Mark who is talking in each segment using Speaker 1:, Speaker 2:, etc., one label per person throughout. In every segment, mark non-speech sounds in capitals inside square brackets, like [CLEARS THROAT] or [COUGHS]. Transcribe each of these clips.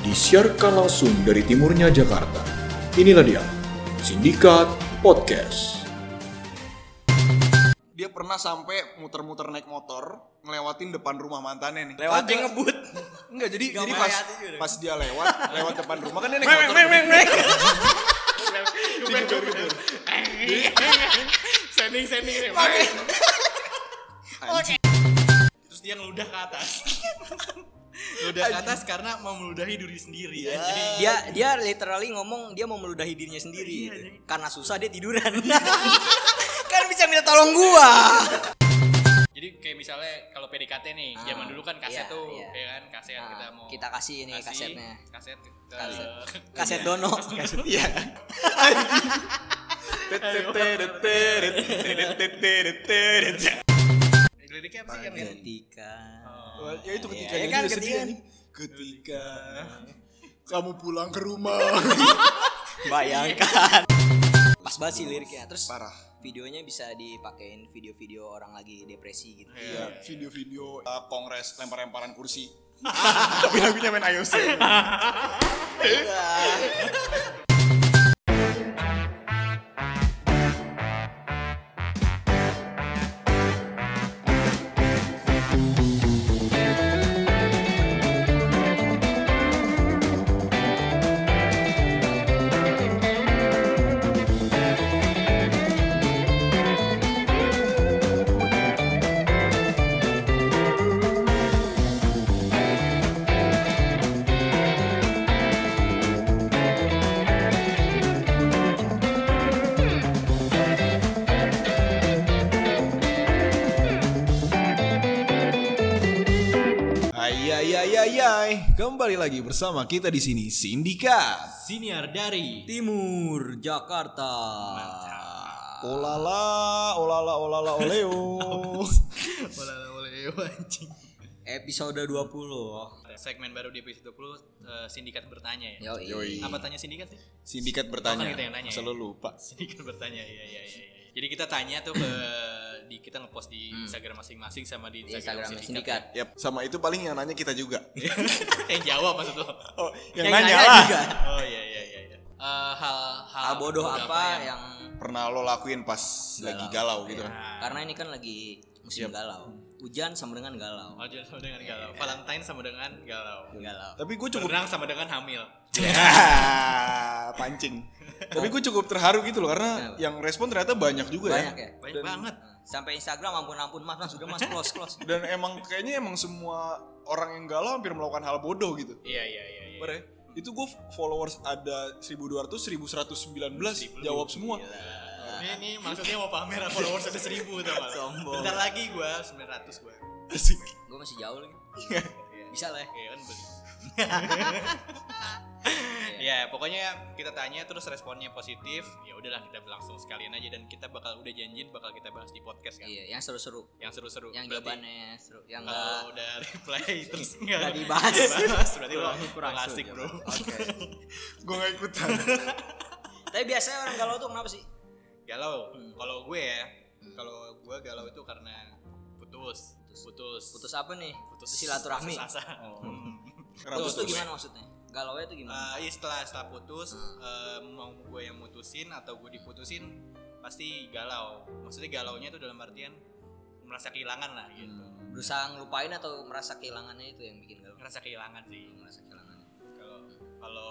Speaker 1: Disiarkan langsung dari timurnya Jakarta. Inilah dia, Sindikat Podcast.
Speaker 2: dia pernah sampai muter-muter naik motor ngelewatin depan rumah mantannya nih
Speaker 3: lewat
Speaker 2: Kagak.
Speaker 3: ngebut
Speaker 2: enggak jadi
Speaker 3: Gak
Speaker 2: jadi
Speaker 3: mau
Speaker 2: pas
Speaker 3: hayati juga.
Speaker 2: pas dia
Speaker 3: [LAUGHS]
Speaker 2: lewat lewat depan rumah kan dia naik
Speaker 3: meng meng
Speaker 2: motor
Speaker 3: meng meng meng
Speaker 4: sending sending nih.
Speaker 2: Anjing.
Speaker 4: terus dia ngeludah ke atas ngeludah ke atas karena mau meludahi diri sendiri ya jadi
Speaker 3: Iya. dia dia literally ngomong dia mau meludahi dirinya sendiri
Speaker 4: Iya, jadi-
Speaker 3: karena susah dia tiduran [LAUGHS] kan bisa minta tolong gua
Speaker 4: jadi kayak misalnya kalau PDKT nih
Speaker 3: Ah,
Speaker 4: zaman dulu kan kaset
Speaker 3: iya,
Speaker 4: tuh
Speaker 3: iya.
Speaker 4: ya kan kaset
Speaker 3: Ah,
Speaker 4: kita mau
Speaker 3: kita kasih ini
Speaker 4: kasih
Speaker 3: kasetnya.
Speaker 4: kaset gitu. kita
Speaker 3: Kaset. kaset dono kaset
Speaker 2: iya
Speaker 4: [LAUGHS] liriknya apa sih yang Oh, yang-
Speaker 3: ketika
Speaker 2: Wah, ya itu ketika
Speaker 3: Iya,
Speaker 2: dia
Speaker 3: kan,
Speaker 2: juga sedih
Speaker 3: ketika.
Speaker 2: nih.
Speaker 3: [LAUGHS]
Speaker 2: ketika kamu pulang ke rumah
Speaker 3: bayangkan pas banget sih liriknya terus
Speaker 2: parah
Speaker 3: videonya bisa dipakein video-video orang lagi depresi gitu
Speaker 2: iya video-video uh, kongres lempar-lemparan
Speaker 3: [LAUGHS]
Speaker 2: kursi tapi lagunya main IOC Hai hai hai hai hai. Kembali lagi bersama kita di sini Sindikat.
Speaker 4: siniar dari
Speaker 3: timur Jakarta
Speaker 2: Olala, olala, olala, oleo.
Speaker 4: boleh boleh iya, anjing
Speaker 3: episode 20
Speaker 4: segmen baru di episode 20 eh, sindikat bertanya ya
Speaker 3: Yoi.
Speaker 2: Yoi.
Speaker 4: apa tanya sindikat sih [LAUGHS]
Speaker 2: Sindikat
Speaker 4: Oh,
Speaker 2: bertanya.
Speaker 4: kan kita yang nanya ya?
Speaker 2: Selalu lupa.
Speaker 4: Sedikit bertanya, iya iya iya. iya. Jadi kita tanya tuh ke di kita ngepost di Instagram masing-masing sama di
Speaker 3: Hmm. Di
Speaker 4: Instagram,
Speaker 3: Instagram sindikat.
Speaker 2: Yap, sama itu paling yang nanya kita juga.
Speaker 4: [LAUGHS] yang jawab maksud lo.
Speaker 2: Oh, yang,
Speaker 3: Yang
Speaker 2: nanya,
Speaker 3: nanya
Speaker 2: lah.
Speaker 3: juga.
Speaker 4: Oh iya iya iya. iya. Eh, hal, hal
Speaker 3: Hal Ah, bodoh apa yang
Speaker 2: Pernah lo lakuin pas lagi galau gitu kan?
Speaker 4: Nah.
Speaker 3: karena ini kan lagi musim galau. Hujan sama dengan galau.
Speaker 4: Oh, jual sama dengan galau. Valentine sama dengan galau.
Speaker 3: Iya. Galau.
Speaker 2: Tapi gue cukup
Speaker 4: Berenang sama dengan hamil.
Speaker 2: Ah, pancing. Tapi gue cukup terharu gitu loh karena
Speaker 3: Kenapa?
Speaker 2: yang respon ternyata banyak juga
Speaker 3: Banyak
Speaker 2: ya.
Speaker 3: ya.
Speaker 4: Banyak banget.
Speaker 3: Sampai Instagram ampun ampun Mas, Mas, sudah [LAUGHS] Mas close close.
Speaker 2: Dan emang kayaknya emang semua orang yang galau hampir melakukan hal bodoh gitu.
Speaker 4: Iya iya iya. iya.
Speaker 2: Bener ya? Itu gue followers ada 1200, 1119 jawab semua.
Speaker 4: Ini, ini maksudnya mau pamer followers ada seribu tuh malah.
Speaker 3: Sombong.
Speaker 4: Bentar lagi gue 900 gue.
Speaker 3: Gue masih jauh lagi. Bisa lah. ya.
Speaker 4: Iya kan
Speaker 3: [LAUGHS]
Speaker 4: beli. Ya pokoknya kita tanya terus responnya positif ya udahlah kita langsung sekalian aja dan kita bakal udah janjin bakal kita bahas di podcast kan
Speaker 3: Iya, yang seru-seru.
Speaker 4: yang seru-seru
Speaker 3: Yang
Speaker 4: Berarti
Speaker 3: jawabannya seru, yang
Speaker 4: kalau
Speaker 3: enggak
Speaker 4: udah
Speaker 3: [LAUGHS]
Speaker 4: reply terus nggak
Speaker 3: nggak dibahas.
Speaker 4: dibahas, berarti lo kurang
Speaker 3: kurang
Speaker 4: asik
Speaker 3: seru
Speaker 4: bro
Speaker 3: jawabannya. Oke.
Speaker 2: Gue gak ikutan.
Speaker 3: Tapi biasanya orang galau tuh kenapa sih?
Speaker 4: galau
Speaker 3: Hmm.
Speaker 4: kalau gue ya
Speaker 3: Hmm.
Speaker 4: kalau gue galau itu karena putus putus
Speaker 3: Putus apa nih? Putus silaturahmi. Oh.
Speaker 4: putus asa. [LAUGHS]
Speaker 3: Putus tuh
Speaker 2: Putus.
Speaker 3: gimana maksudnya? Galau tuh gimana?
Speaker 4: Eh, iya, setelah setelah putus
Speaker 3: Hmm.
Speaker 4: eh, mau gue yang mutusin atau gue diputusin pasti galau maksudnya galaunya itu dalam artian merasa kehilangan lah gitu
Speaker 3: Berusaha ngelupain atau merasa kehilangannya itu yang bikin galau?
Speaker 4: ngerasa kehilangan sih
Speaker 3: Merasa kehilangannya.
Speaker 4: kalau kalau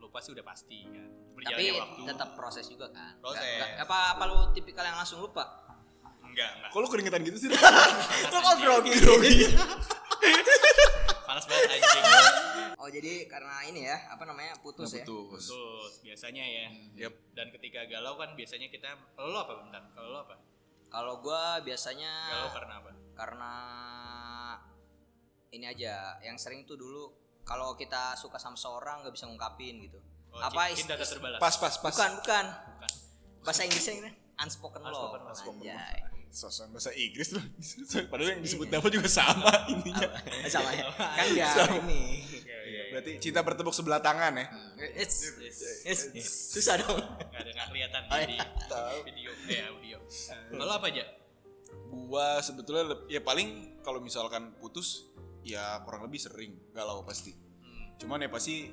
Speaker 4: lupa sih udah pasti kan
Speaker 3: tapi
Speaker 4: berjalannya waktu
Speaker 3: tetap proses juga kan Nggak-
Speaker 4: Proses.
Speaker 3: nggak- apa apa lu tipikal yang langsung lupa
Speaker 4: enggak enggak
Speaker 2: Kok lu keringetan gitu sih?
Speaker 3: lu kok grogi
Speaker 4: [LAUGHS] panas banget anjing
Speaker 3: [LAUGHS] oh jadi karena ini ya apa namanya putus ya
Speaker 2: Putus.
Speaker 4: terus biasanya ya
Speaker 2: Yep.
Speaker 4: dan ketika galau kan biasanya kita kalau lo apa bentar kalau lo apa
Speaker 3: kalau gua biasanya
Speaker 2: Ah.
Speaker 4: galau karena apa
Speaker 3: karena ini aja yang sering tuh dulu kalau kita suka sama seorang nggak bisa ngungkapin gitu
Speaker 4: Oh,
Speaker 3: apa
Speaker 4: cinta
Speaker 3: is-
Speaker 4: tak terbalas
Speaker 2: Pas, pas, pas.
Speaker 3: bukan bukan
Speaker 4: Bukan.
Speaker 3: bahasa Inggrisnya ini unspoken love
Speaker 4: Unspoken love.
Speaker 3: anjay
Speaker 2: Sosokan bahasa Inggris [LAUGHS] loh. Padahal yang disebut nama juga sama [LAUGHS] intinya.
Speaker 3: Apa? sama
Speaker 4: [LAUGHS]
Speaker 3: ya kan dia ini
Speaker 4: Iya, iya, iya.
Speaker 2: Berarti cinta bertepuk sebelah tangan ya.
Speaker 3: Hmm. It's- it's- susah dong
Speaker 4: nggak ada nggak kelihatan
Speaker 2: Oh, iya.
Speaker 4: di
Speaker 2: Tahu.
Speaker 4: video eh audio kalau apa aja
Speaker 2: Gua sebetulnya leb- ya paling kalau misalkan putus ya kurang lebih sering galau pasti.
Speaker 4: Hmm.
Speaker 2: Cuman ya pasti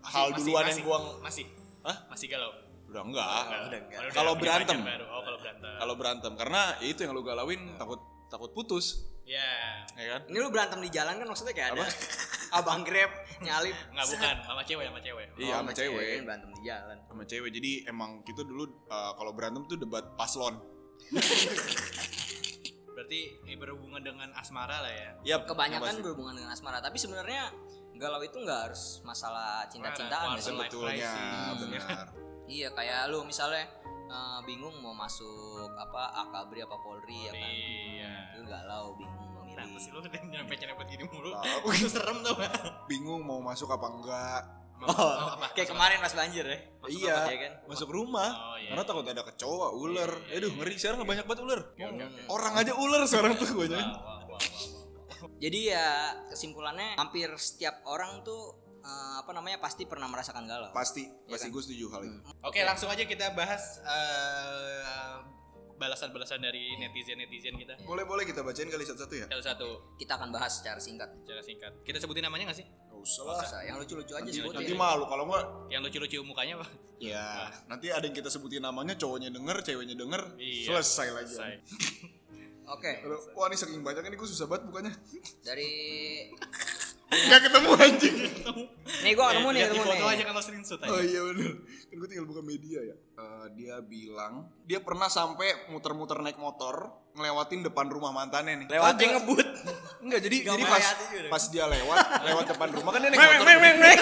Speaker 4: Masih-
Speaker 2: hal
Speaker 4: masih-
Speaker 2: duluan yang
Speaker 4: masih-
Speaker 2: gua
Speaker 4: masih
Speaker 2: Hah?
Speaker 4: masih galau.
Speaker 2: udah enggak.
Speaker 4: Kalau udah
Speaker 2: Kalau
Speaker 4: punya
Speaker 2: berantem.
Speaker 4: pacar baru. Oh, kalau berantem.
Speaker 2: Kalau berantem karena ya itu yang lu galauin takut takut putus,
Speaker 4: ya
Speaker 2: ya kan?
Speaker 3: Ini lu berantem di jalan kan maksudnya kayak
Speaker 2: Apa?
Speaker 3: ada [LAUGHS] abang grab nyalip.
Speaker 4: nggak
Speaker 3: [LAUGHS]
Speaker 4: bukan sama cewek sama cewek.
Speaker 2: Iya, sama cewek. Iya,
Speaker 3: ini berantem di jalan.
Speaker 2: Sama cewek. Jadi emang kita dulu eh, kalau berantem tuh debat paslon.
Speaker 4: Berarti eh, berhubungan dengan asmara lah ya.
Speaker 2: Yap,
Speaker 3: Kebanyakan
Speaker 2: pasti.
Speaker 3: berhubungan dengan asmara, tapi sebenarnya galau itu nggak harus masalah
Speaker 2: kan Nah,
Speaker 3: cinta-cintaan ya,
Speaker 4: Quarter
Speaker 3: sih.
Speaker 4: life
Speaker 2: Sebetulnya
Speaker 4: crisis.
Speaker 2: Iya, benar.
Speaker 3: Iya, kayak lu misalnya eh, bingung mau masuk apa Akabri apa Polri ya kan.
Speaker 4: Iya.
Speaker 3: Lu galau, bingung mau
Speaker 2: Nah,
Speaker 4: Kenapa sih
Speaker 3: milih.
Speaker 4: lu [LAUGHS] udah nyerempet-nyerempet gini mulu?
Speaker 2: Tahu.
Speaker 4: Itu serem tau gak?
Speaker 2: Bingung mau masuk apa enggak?
Speaker 3: Oh, kayak kemarin pas banjir ya.
Speaker 2: iya,
Speaker 3: apa, ya kan?
Speaker 2: masuk rumah.
Speaker 4: Oh, iya.
Speaker 2: Karena takut ada kecoa, ular.
Speaker 4: Iya, iya,
Speaker 2: Aduh,
Speaker 4: iya,
Speaker 2: ngeri
Speaker 4: iya,
Speaker 2: sekarang
Speaker 4: iya.
Speaker 2: banyak banget ular.
Speaker 4: Oke,
Speaker 3: Hmm.
Speaker 4: oke, oke.
Speaker 2: Orang aja ular sekarang tuh gue
Speaker 4: Wah,
Speaker 2: nyanyi.
Speaker 4: wah, wah, wah, wah.
Speaker 3: Jadi ya kesimpulannya hampir setiap orang tuh eh, apa namanya pasti pernah merasakan galau.
Speaker 2: Pasti,
Speaker 3: Iya
Speaker 2: pasti
Speaker 3: kan?
Speaker 2: gue setuju hal itu.
Speaker 4: Oke, langsung aja kita bahas eh, balasan-balasan dari netizen-netizen kita.
Speaker 2: Boleh boleh kita bacain kali satu-satu ya?
Speaker 4: Satu-satu,
Speaker 3: Kita akan bahas secara singkat.
Speaker 4: secara singkat. Kita sebutin namanya gak sih?
Speaker 2: Gak usah lah.
Speaker 3: Usah, yang lucu-lucu aja ya.
Speaker 2: Nanti,
Speaker 3: sebutin.
Speaker 2: nanti malu kalau enggak
Speaker 4: Yang lucu-lucu mukanya apa?
Speaker 2: ya nanti ada yang kita sebutin namanya cowoknya denger, ceweknya denger,
Speaker 4: Iya.
Speaker 2: selesai lagi.
Speaker 4: Selesai.
Speaker 3: Oke,
Speaker 2: Aduh, Wah ini saking banyak ini gue susah banget bukannya [LAUGHS]
Speaker 3: dari
Speaker 2: Gak ketemu anjing
Speaker 3: nih gua ketemu Oh, nih,
Speaker 4: Lihat di
Speaker 3: ketemu
Speaker 4: foto
Speaker 3: nih.
Speaker 4: aja kan lo screenshot aja.
Speaker 2: Oh iya bener Kan gue tinggal buka media ya Eh, Dia bilang Dia pernah sampai muter-muter naik motor Ngelewatin depan rumah mantannya nih
Speaker 3: Lewat
Speaker 2: Kagak-
Speaker 3: ngebut.
Speaker 2: Enggak jadi jadi
Speaker 3: main
Speaker 2: pas
Speaker 3: hati juga dong.
Speaker 2: pas dia lewat lewat depan rumah kan dia naik
Speaker 3: Meng,
Speaker 2: motor.
Speaker 3: meng, meng, meng.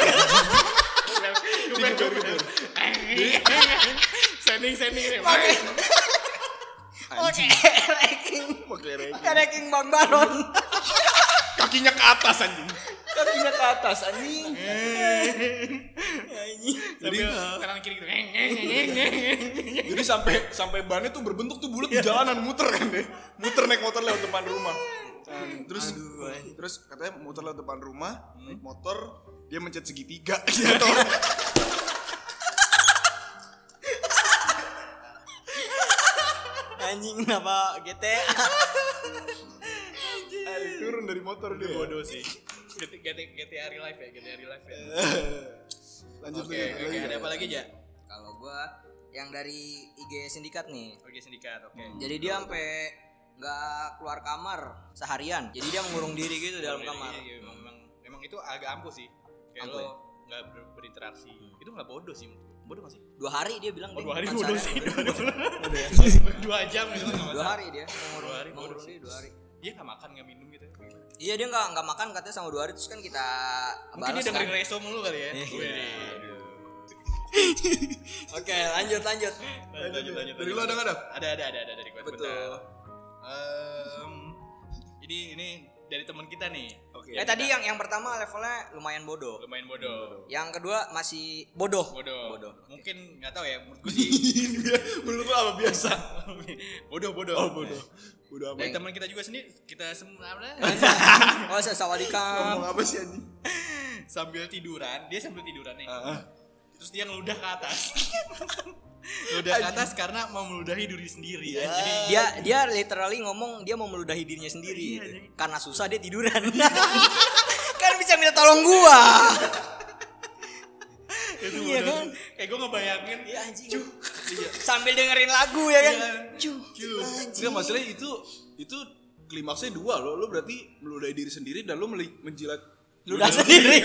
Speaker 4: Sending sending.
Speaker 3: Oke. Oke,
Speaker 2: Anjing,
Speaker 3: ranking.
Speaker 2: pakai rek.
Speaker 3: Oke, ranking Bang
Speaker 4: [LAUGHS]
Speaker 3: Baron.
Speaker 2: Kakinya ke atas anjing.
Speaker 3: Kakinya ke atas anjing. Anjing.
Speaker 4: Jadi kanan kiri gitu. Ngeng, ngeng, ngeng, ngeng, ngeng.
Speaker 2: Jadi sampai sampai bannya tuh berbentuk tuh bulat di
Speaker 3: Iya.
Speaker 2: jalanan muter kan deh. Muter naik motor lewat depan rumah. Nah, Terus terus katanya muter lewat depan rumah,
Speaker 3: Hmm.
Speaker 2: naik motor dia mencet segitiga [LAUGHS] jatuh.
Speaker 3: Anjing kenapa GTA?
Speaker 2: turun dari motor dia.
Speaker 4: Bodoh sih. GT- GT- GTA real life ya, GTA real life ya.
Speaker 2: [LAUGHS] Lanjut
Speaker 4: Oke,
Speaker 2: lagi.
Speaker 4: oke, ada apa lagi aja?
Speaker 3: Kalau gua yang dari IG sindikat nih.
Speaker 4: Oke, sindikat, oke.
Speaker 3: Jadi dia sampai nggak keluar kamar seharian. Jadi dia mengurung diri gitu dalam kamar.
Speaker 4: Iya, iya, memang, memang, memang itu agak ampuh sih. Kayak
Speaker 3: Ampuh ya? Hmm.
Speaker 4: lo nggak ber- berinteraksi. Itu nggak bodoh sih. Bodoh nggak sih?
Speaker 3: Dua hari dia bilang.
Speaker 4: Oh,
Speaker 3: dia
Speaker 4: dua hari
Speaker 3: bukan
Speaker 4: bodoh sih.
Speaker 3: seharian.
Speaker 4: Dua, dua, [LAUGHS] dua jam gitu. nggak
Speaker 3: ya? Dua
Speaker 4: masalah.
Speaker 3: hari dia mengurung,
Speaker 4: Dua hari,
Speaker 3: mengurung
Speaker 4: bodoh
Speaker 3: diri
Speaker 4: sih.
Speaker 3: dua hari.
Speaker 4: Dia nggak makan, nggak minum gitu. Mungkin
Speaker 3: Iya dia nggak nggak makan katanya sama dua hari terus kan kita
Speaker 4: dia
Speaker 3: balas kan.
Speaker 4: dengerin reso mulu kali ya.
Speaker 3: Iya.
Speaker 4: Wih,
Speaker 3: Oke lanjut lanjut.
Speaker 4: Eh,
Speaker 3: Eh,
Speaker 4: Lanjut, lanjut, lanjut.
Speaker 2: Dari lo ada nggak ada?
Speaker 4: Ada, ada, ada, ada dari gue.
Speaker 3: Betul.
Speaker 4: Bentar. Em, ini ini dari teman kita nih.
Speaker 2: Oke.
Speaker 3: Eh tadi yang yang pertama levelnya lumayan bodoh.
Speaker 4: Lumayan bodoh.
Speaker 3: Yang kedua masih bodoh.
Speaker 4: Bodoh.
Speaker 3: Bodoh. [COUGHS]
Speaker 4: Mungkin nggak tahu ya. Menurut gue
Speaker 2: [LAUGHS]
Speaker 4: sih
Speaker 2: Iya, Menurut lo apa biasa?
Speaker 4: [LAUGHS] bodoh, bodoh.
Speaker 2: Oh bodoh. Bodoh
Speaker 4: Dari
Speaker 2: amat.
Speaker 4: teman kita juga sendiri kita semua
Speaker 2: [LAUGHS]
Speaker 3: Oh saya sawadikam.
Speaker 2: Ngomong apa sih anjing?
Speaker 4: sambil tiduran, dia sambil tiduran nih.
Speaker 2: Ah.
Speaker 4: Terus dia ngeludah ke atas. [LAUGHS] ngeludah ke atas karena mau meludahi diri sendiri.
Speaker 2: Iya.
Speaker 4: anjing.
Speaker 3: dia dia literally ngomong dia mau meludahi dirinya sendiri
Speaker 4: Iya,
Speaker 3: gitu.
Speaker 4: jadi-
Speaker 3: karena susah dia tiduran [LAUGHS] kan bisa minta tolong gua
Speaker 4: Itu
Speaker 3: Iya
Speaker 4: bodoh
Speaker 3: kan?
Speaker 4: sih. Kayak gue ngebayangin
Speaker 3: Iya, anjing. Iya. sambil dengerin lagu ya kan
Speaker 4: Ya, Iya.
Speaker 3: Cuh, anjing.
Speaker 2: Enggak masalahnya Iya, itu itu klimaksnya dua lo lo berarti meludahi diri sendiri dan lo meli- menjilat
Speaker 3: ludah
Speaker 4: Iya.
Speaker 3: sendiri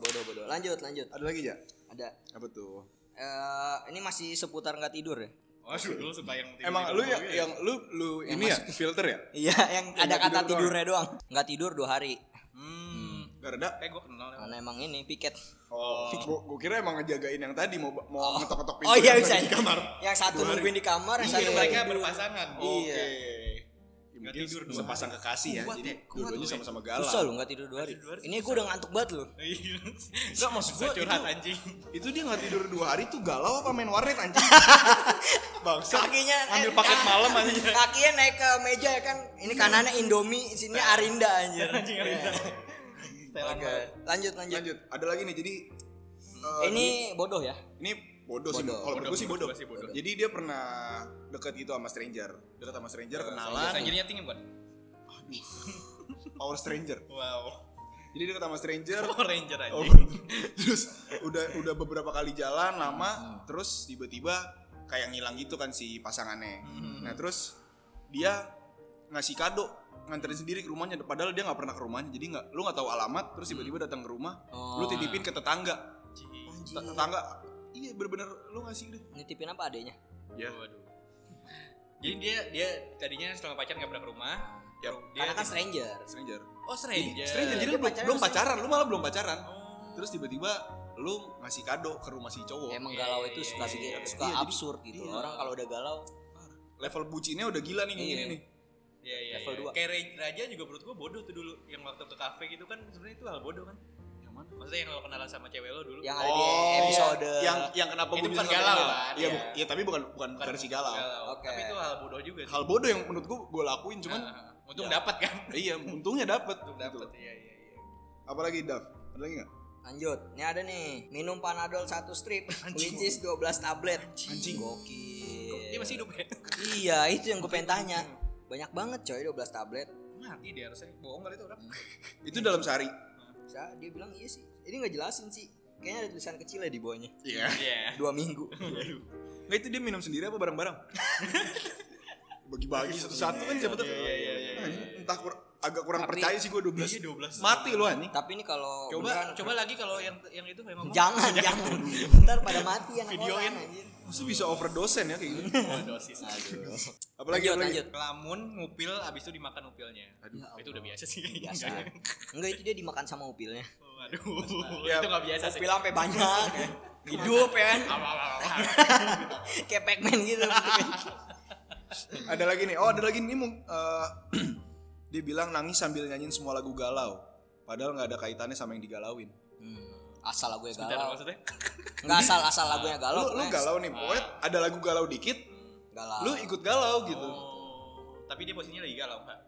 Speaker 3: bodoh bodoh lanjut lanjut
Speaker 2: ada lagi ya
Speaker 3: ada
Speaker 2: apa tuh
Speaker 3: eh, ini masih seputar nggak tidur ya
Speaker 4: Waduh, lu suka yang tidur
Speaker 2: emang lu
Speaker 4: ya?
Speaker 2: yang yang lu lu ini ya filter ya
Speaker 3: iya yang
Speaker 2: nggak
Speaker 3: ada kata
Speaker 2: tidur doang.
Speaker 3: tidurnya doang nggak tidur dua hari
Speaker 4: Hmm.
Speaker 2: gak ada
Speaker 4: Kayak gue kenal ya. lewat.
Speaker 3: karena emang ini piket
Speaker 2: oh gua, gua kira emang ngejagain yang tadi mau mau ngetok-ngetok pintu
Speaker 3: oh iya
Speaker 2: yang
Speaker 3: bisa
Speaker 2: lagi di kamar
Speaker 3: yang satu
Speaker 2: Dua hari. Iya,
Speaker 3: nungguin di kamar yang
Speaker 4: Mungkin
Speaker 3: satu
Speaker 4: mereka
Speaker 3: lagi.
Speaker 4: berpasangan.
Speaker 3: Iya.
Speaker 2: oke Ya,
Speaker 4: Nggak
Speaker 2: mungkin
Speaker 4: tidur dua
Speaker 2: sepasang kekasih ya
Speaker 4: Kuat
Speaker 2: jadi
Speaker 4: ya, kuat
Speaker 2: dua-duanya
Speaker 4: lu ya.
Speaker 2: sama-sama
Speaker 3: susah
Speaker 2: galau
Speaker 3: lu nggak tidur dua hari
Speaker 4: Nggak tidur dua hari
Speaker 3: ini gua udah ngantuk banget lu
Speaker 4: Enggak maksud
Speaker 2: gua
Speaker 4: Iya. curhat
Speaker 2: itu-
Speaker 4: anjing.
Speaker 2: itu dia nggak tidur dua hari tuh galau apa main warnet anjing bangsa
Speaker 3: kakinya
Speaker 4: Ambil
Speaker 3: eh,
Speaker 4: paket
Speaker 3: kaki-
Speaker 4: malam aja.
Speaker 3: [LAUGHS] kakinya naik ke meja ya kan ini kanannya Indomie sini Arinda anjir
Speaker 4: Anjing Arinda.
Speaker 3: oke lanjut lanjut,
Speaker 2: lanjut ada lagi nih jadi eh,
Speaker 3: Iya. ini bodoh ya
Speaker 2: ini bodoh, sih
Speaker 3: Bodoh.
Speaker 2: kalau menurut
Speaker 4: Bodoh,
Speaker 2: gue sih bodoh.
Speaker 4: menurut gua sih bodoh.
Speaker 2: jadi dia pernah deket gitu sama stranger deket sama stranger kenalan
Speaker 4: Jadinya tinggi bukan?
Speaker 2: power stranger
Speaker 4: Wow.
Speaker 2: Jadi deket sama stranger.
Speaker 4: Power [LAUGHS] Ranger aja.
Speaker 2: Oh,
Speaker 3: Iya.
Speaker 2: [LAUGHS] terus udah udah beberapa kali jalan
Speaker 3: Hmm.
Speaker 2: lama, terus tiba-tiba kayak ngilang gitu kan si pasangannya.
Speaker 3: Hmm.
Speaker 2: Nah terus dia ngasih kado nganterin sendiri ke rumahnya padahal dia nggak pernah ke rumahnya jadi nggak lu nggak tahu alamat terus tiba-tiba datang ke rumah lu
Speaker 3: Hmm. Oh. Hmm.
Speaker 2: titipin ke tetangga Te- tetangga iya bener-bener lu ngasih deh
Speaker 3: nitipin apa adanya
Speaker 2: ya
Speaker 4: Waduh. Jadi dia dia tadinya selama pacar nggak pernah ke rumah.
Speaker 2: ya
Speaker 4: Dia
Speaker 3: karena kan stranger
Speaker 2: stranger
Speaker 4: Oh stranger.
Speaker 2: stranger jadi lu
Speaker 3: Dia
Speaker 2: belum,
Speaker 3: pacaran
Speaker 2: belum
Speaker 3: sama
Speaker 2: pacaran lu malah belum pacaran
Speaker 4: Oh.
Speaker 2: terus tiba-tiba lu ngasih kado ke rumah si cowok
Speaker 3: emang galau itu suka
Speaker 4: Iya, iya,
Speaker 3: segi-
Speaker 4: iya.
Speaker 3: suka
Speaker 2: Iya, jadi-
Speaker 3: absurd gitu
Speaker 2: iya.
Speaker 3: orang kalau udah galau
Speaker 2: level bucinnya udah gila nih kayak
Speaker 3: Iya.
Speaker 2: gini nih
Speaker 4: Iya iya.
Speaker 3: Level
Speaker 4: iya.
Speaker 3: dua.
Speaker 4: Kayak Re- Raja juga menurut gua bodoh tuh dulu yang waktu ke kafe gitu kan sebenarnya itu hal bodoh kan.
Speaker 2: yang mana
Speaker 4: Maksudnya yang lo kenalan sama cewek lo dulu.
Speaker 3: yang ada di episode
Speaker 2: Oh, iya. yang yang kenapa
Speaker 4: Itu
Speaker 2: gua
Speaker 4: bukan
Speaker 2: bisa
Speaker 4: galau
Speaker 2: sampai-
Speaker 4: kan,
Speaker 2: iya
Speaker 4: ya.
Speaker 2: bu- iya tapi bukan bukan
Speaker 4: Bukan
Speaker 2: versi galau
Speaker 3: Oke.
Speaker 4: Oh, Tapi itu hal bodoh juga sih.
Speaker 2: hal bodoh yang menurut gua gua lakuin cuman
Speaker 4: Nah, untung
Speaker 2: ya.
Speaker 4: dapat kan.
Speaker 2: iya untungnya dapet Gitu.
Speaker 4: Untung dapat. Iya iya iya.
Speaker 2: apalagi Dav ada lagi nggak
Speaker 3: lanjut ini ada nih minum panadol satu strip which is 12 tablet anjing gokil
Speaker 4: Dia masih hidup ya.
Speaker 3: iya itu yang gue pengen tanya banyak banget coy 12 tablet
Speaker 4: Mati dia harusnya. Bohong kali itu orang.
Speaker 2: itu dalam sehari
Speaker 3: Sa- dia bilang iya sih ini nggak jelasin sih kayaknya ada tulisan kecil ya di bawahnya
Speaker 2: [LAUGHS] iya
Speaker 4: Iya.
Speaker 3: dua minggu
Speaker 2: nggak itu dia minum sendiri apa [LAUGHS] bareng-bareng bagi-bagi satu-satu kan siapa tahu
Speaker 4: Iya, iya, iya, iya,
Speaker 2: Nah, entah kur- agak kurang
Speaker 3: Tapi-
Speaker 2: percaya sih gua 12
Speaker 4: Iya, 12.
Speaker 2: mati lu anjing
Speaker 3: tapi ini kalau
Speaker 4: Coba
Speaker 3: beneran-
Speaker 4: coba lagi kalau yang yang itu yang ngomong.
Speaker 3: jangan jangan ntar pada mati anak
Speaker 4: Videoin.
Speaker 3: orang, anjir.
Speaker 2: Masa bisa overdosen ya kayak gitu [LAUGHS]
Speaker 4: Oh, dosis. Aduh.
Speaker 2: apalagi apalagi
Speaker 3: Lanjut, lanjut.
Speaker 4: Ngelamun, ngupil, abis itu dimakan upilnya.
Speaker 2: Aduh. Ya
Speaker 4: itu udah biasa sih. [LAUGHS]
Speaker 3: biasa enggak itu dia dimakan sama upilnya
Speaker 4: Oh, Aduh,
Speaker 2: Ya,
Speaker 4: itu gak biasa sih.
Speaker 3: upil sampai banyak hidup ya kan
Speaker 4: Apa, apa, apa.
Speaker 3: kayak Pacman gitu
Speaker 2: ada lagi nih oh ada lagi nih mung- eh, [CLEARS THROAT] dia bilang nangis sambil nyanyiin semua lagu galau padahal nggak ada kaitannya sama yang digalauin
Speaker 3: Hmm, asal lagu ya
Speaker 4: Bentar,
Speaker 3: galau
Speaker 4: maksudnya.
Speaker 3: enggak asal asal lagunya galau
Speaker 2: lu, lu
Speaker 3: pokoknya.
Speaker 2: galau nih pokoknya ada lagu galau dikit
Speaker 3: galau
Speaker 2: lu ikut galau gitu
Speaker 4: Oh, tapi dia posisinya lagi galau nggak?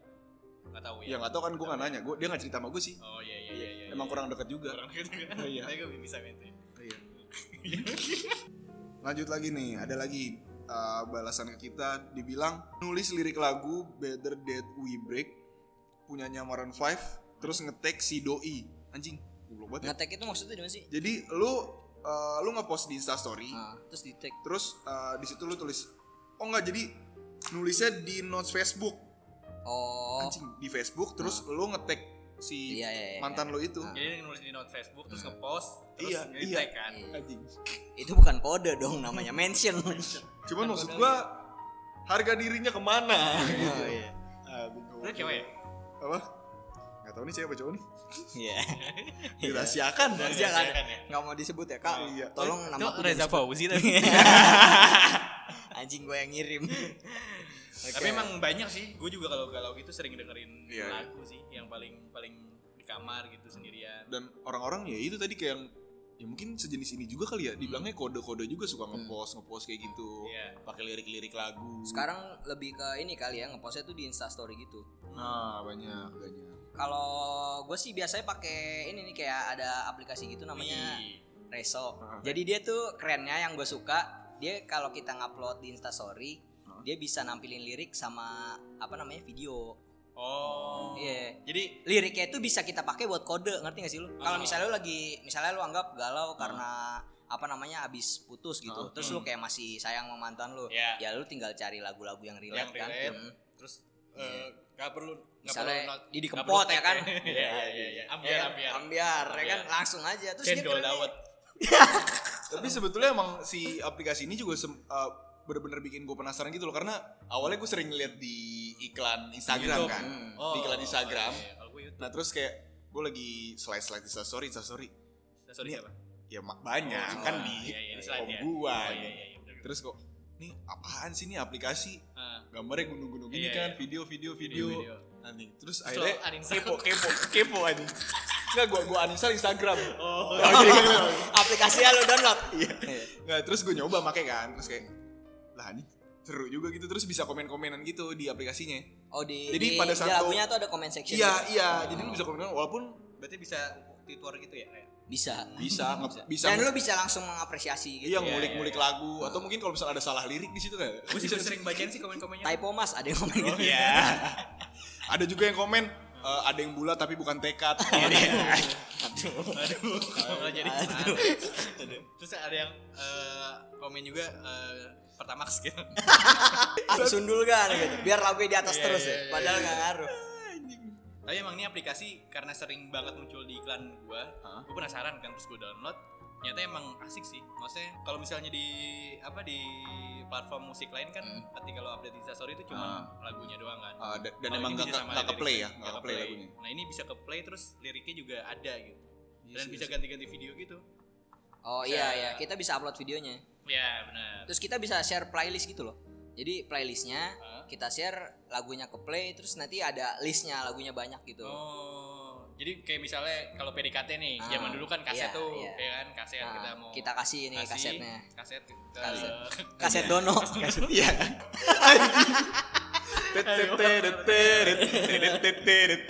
Speaker 4: Nggak tahu ya.
Speaker 2: ya nggak tau kan gue nggak nanya gue dia nggak cerita sama gue sih
Speaker 4: Oh iya iya iya. iya,
Speaker 2: emang
Speaker 4: iya.
Speaker 2: kurang deket juga
Speaker 4: Kurang gitu kan.
Speaker 2: Oh, iya.
Speaker 4: Tapi gue bisa mente.
Speaker 2: Iya. lanjut lagi nih ada lagi eh, balasan ke kita dibilang nulis lirik lagu Better That We Break punyanya Maroon 5 terus ngetek si doi anjing goblok banget ya.
Speaker 3: ngetek itu maksudnya gimana sih
Speaker 2: jadi lu eh, lu ngepost di Instastory
Speaker 3: Ah, terus di tag
Speaker 2: terus eh, di situ lu tulis oh nggak jadi nulisnya di notes Facebook
Speaker 3: oh
Speaker 2: anjing di Facebook terus lu ngetek si
Speaker 3: Iya, iya, iya.
Speaker 2: mantan lu itu
Speaker 3: Ah.
Speaker 4: Jadi dia nulis di note Facebook terus ngepost terus
Speaker 2: Iya,
Speaker 4: nge-tag
Speaker 2: iya.
Speaker 4: kan.
Speaker 3: Iya.
Speaker 2: anjing
Speaker 3: itu bukan kode dong namanya mention
Speaker 2: cuman maksud gua harga dirinya kemana gitu
Speaker 3: iya.
Speaker 2: Ah, bingung.
Speaker 4: Itu cewek. ya?
Speaker 2: apa nggak tahu nih cewek apa cowok nih
Speaker 3: [LAUGHS] Iya.
Speaker 2: [LAUGHS] dirahasiakan
Speaker 3: Iya kan?
Speaker 4: Dirahasiakan ya?
Speaker 3: Nggak mau disebut ya, Kak.
Speaker 2: Iya.
Speaker 3: Tolong nama aku Iya.
Speaker 4: Reza
Speaker 3: jangan
Speaker 4: Fauzi tapi.
Speaker 3: sebut. [LAUGHS] Anjing gue yang ngirim. [LAUGHS]
Speaker 4: Tapi emang banyak sih. Gue juga kalau galau gitu sering dengerin
Speaker 2: Iya, iya.
Speaker 4: lagu sih yang paling paling di kamar gitu sendirian.
Speaker 2: dan orang-orang ya itu tadi kayak yang ya mungkin sejenis ini juga kali ya dibilangnya kode-kode juga suka ngepost ngepost kayak gitu
Speaker 4: Iya.
Speaker 2: pakai lirik-lirik lagu
Speaker 3: sekarang lebih ke ini kali ya ngepostnya tuh di Instastory gitu.
Speaker 2: nah banyak banyak
Speaker 3: Kalau gue sih biasanya pakai ini nih kayak ada aplikasi gitu namanya
Speaker 4: Wih.
Speaker 3: Reso.
Speaker 2: Ah.
Speaker 3: Jadi dia tuh kerennya yang gue suka, dia kalau kita ngupload di Instastory, dia bisa nampilin lirik sama apa namanya video.
Speaker 4: Oh.
Speaker 3: Iya.
Speaker 4: Jadi
Speaker 3: liriknya itu bisa kita pakai buat kode ngerti gak sih lu kalau
Speaker 4: Ah.
Speaker 3: misalnya lu lagi misalnya lu anggap galau karena apa namanya abis putus gitu
Speaker 2: Ah.
Speaker 3: terus lu kayak masih sayang sama mantan lu
Speaker 4: Hmm. Iya.
Speaker 3: ya lu tinggal cari lagu-lagu yang relate
Speaker 4: yang
Speaker 3: kan
Speaker 4: relate
Speaker 3: Mm.
Speaker 4: terus eh, nggak perlu nggak perlu
Speaker 3: misalnya
Speaker 4: not-
Speaker 3: Didi
Speaker 4: nggak
Speaker 3: Kempot
Speaker 4: perlu
Speaker 3: ya
Speaker 4: tag
Speaker 3: kan
Speaker 4: [LAUGHS] Iya
Speaker 3: [LAUGHS]
Speaker 4: iya iya, iya. Ambiar
Speaker 3: Ya kan?
Speaker 4: ambiar.
Speaker 3: ambiar ya kan
Speaker 4: Ambiar.
Speaker 3: langsung aja terus dia
Speaker 4: Cendol
Speaker 3: kerennya-
Speaker 4: dawet.
Speaker 2: tapi sebetulnya emang si aplikasi ini juga sem- uh, bener-bener bikin gue penasaran gitu loh karena awalnya gue sering lihat di iklan Instagram
Speaker 4: YouTube.
Speaker 2: kan
Speaker 3: Hmm.
Speaker 4: Oh.
Speaker 2: di iklan Instagram
Speaker 4: iya, iya. Kalau gue YouTube.
Speaker 2: nah terus kayak gue lagi slide slide instastory instastory
Speaker 4: Nah, sorry
Speaker 2: Ini-
Speaker 4: siapa?
Speaker 2: ya mak banyak
Speaker 4: Oh,
Speaker 2: kan
Speaker 4: iya,
Speaker 2: di
Speaker 4: iya, iya, di slide
Speaker 2: om
Speaker 4: ya.
Speaker 2: gua
Speaker 4: Oh,
Speaker 2: gitu.
Speaker 4: iya, iya, iya, bener.
Speaker 2: terus kok nih apaan sih nih aplikasi
Speaker 4: Ah.
Speaker 2: gambarnya gunung-gunung gini
Speaker 4: Iya,
Speaker 2: kan
Speaker 4: iya.
Speaker 2: video video video,
Speaker 4: Video, video.
Speaker 2: anjing terus
Speaker 4: Terus
Speaker 2: akhirnya
Speaker 4: lo uninstall.
Speaker 2: kepo kepo kepo anjing [LAUGHS] nggak gua gua uninstall Instagram
Speaker 4: Oh.
Speaker 2: Ya, gini, gini, gini.
Speaker 3: aplikasinya lu download
Speaker 2: Iya. Nah, terus gue nyoba pakai kan, terus kayak lah ini seru juga gitu terus bisa komen-komenan gitu di aplikasinya.
Speaker 3: oh di
Speaker 2: Jadi
Speaker 3: di-
Speaker 2: pada
Speaker 3: di
Speaker 2: satu-
Speaker 3: lagunya tuh ada comment section
Speaker 2: Iya,
Speaker 3: gitu.
Speaker 2: iya. Jadi lu bisa komen walaupun
Speaker 4: Berarti bisa tutor gitu ya? kayak?
Speaker 3: bisa
Speaker 2: bisa nge- bisa
Speaker 3: dan lu bisa langsung mengapresiasi gitu
Speaker 2: iya
Speaker 4: Iya,
Speaker 2: ngulik-ngulik
Speaker 4: iya, iya.
Speaker 2: lagu atau mungkin kalau misalnya ada salah lirik di situ kan.
Speaker 4: Gue sih sering bacain sih komen-komennya.
Speaker 3: typo mas ada yang ngomong gitu
Speaker 4: Iya.
Speaker 2: [LAUGHS] ada juga yang komen eh, ada yang bulat tapi bukan tekad.
Speaker 4: aduh kalau jadi aduh. terus ada yang eh, komen juga eh, pertamax gitu
Speaker 3: Ah, sundul kan gitu. Biar lagunya di atas
Speaker 4: Iya,
Speaker 3: terus
Speaker 4: iya,
Speaker 3: ya.
Speaker 4: iya,
Speaker 3: Padahal nggak ngaruh.
Speaker 4: tapi emang ini aplikasi karena sering banget muncul di iklan gua
Speaker 2: Hah?
Speaker 4: gua penasaran kan terus gua download ternyata emang asik sih maksudnya kalau misalnya di apa di platform musik lain kan
Speaker 2: Hmm.
Speaker 4: ketika lo update instastory itu cuma lagunya doang kan
Speaker 2: [LAUGHS] Ah, dan dan
Speaker 4: Kalau
Speaker 2: emang
Speaker 4: ini
Speaker 2: gak,
Speaker 4: bisa
Speaker 2: ke-
Speaker 4: sama
Speaker 2: gak ke play ya,
Speaker 4: liriknya,
Speaker 2: gak ke play lagunya.
Speaker 4: nah ini bisa ke play terus liriknya juga ada gitu
Speaker 2: Iya
Speaker 4: dan
Speaker 2: sih,
Speaker 4: bisa
Speaker 2: iya sih.
Speaker 4: ganti-ganti video gitu
Speaker 3: Oh iya ya, kita bisa upload videonya.
Speaker 4: ya benar
Speaker 3: Terus kita bisa share playlist gitu loh. Jadi playlistnya
Speaker 4: Hah?
Speaker 3: kita share lagunya ke play, terus nanti ada listnya lagunya banyak gitu.
Speaker 4: Oh, jadi kayak misalnya kalau PDKT nih,
Speaker 3: Ah,
Speaker 4: zaman dulu kan kaset
Speaker 3: iya,
Speaker 4: tuh,
Speaker 3: iya.
Speaker 4: ya kan kaset
Speaker 3: Nah,
Speaker 4: kita mau
Speaker 3: kita kasih ini
Speaker 4: kasih
Speaker 3: kasetnya.
Speaker 4: kaset gitu. kita
Speaker 3: Kaset. Kaset
Speaker 4: [LAUGHS]
Speaker 3: dono.
Speaker 2: Kaset iya.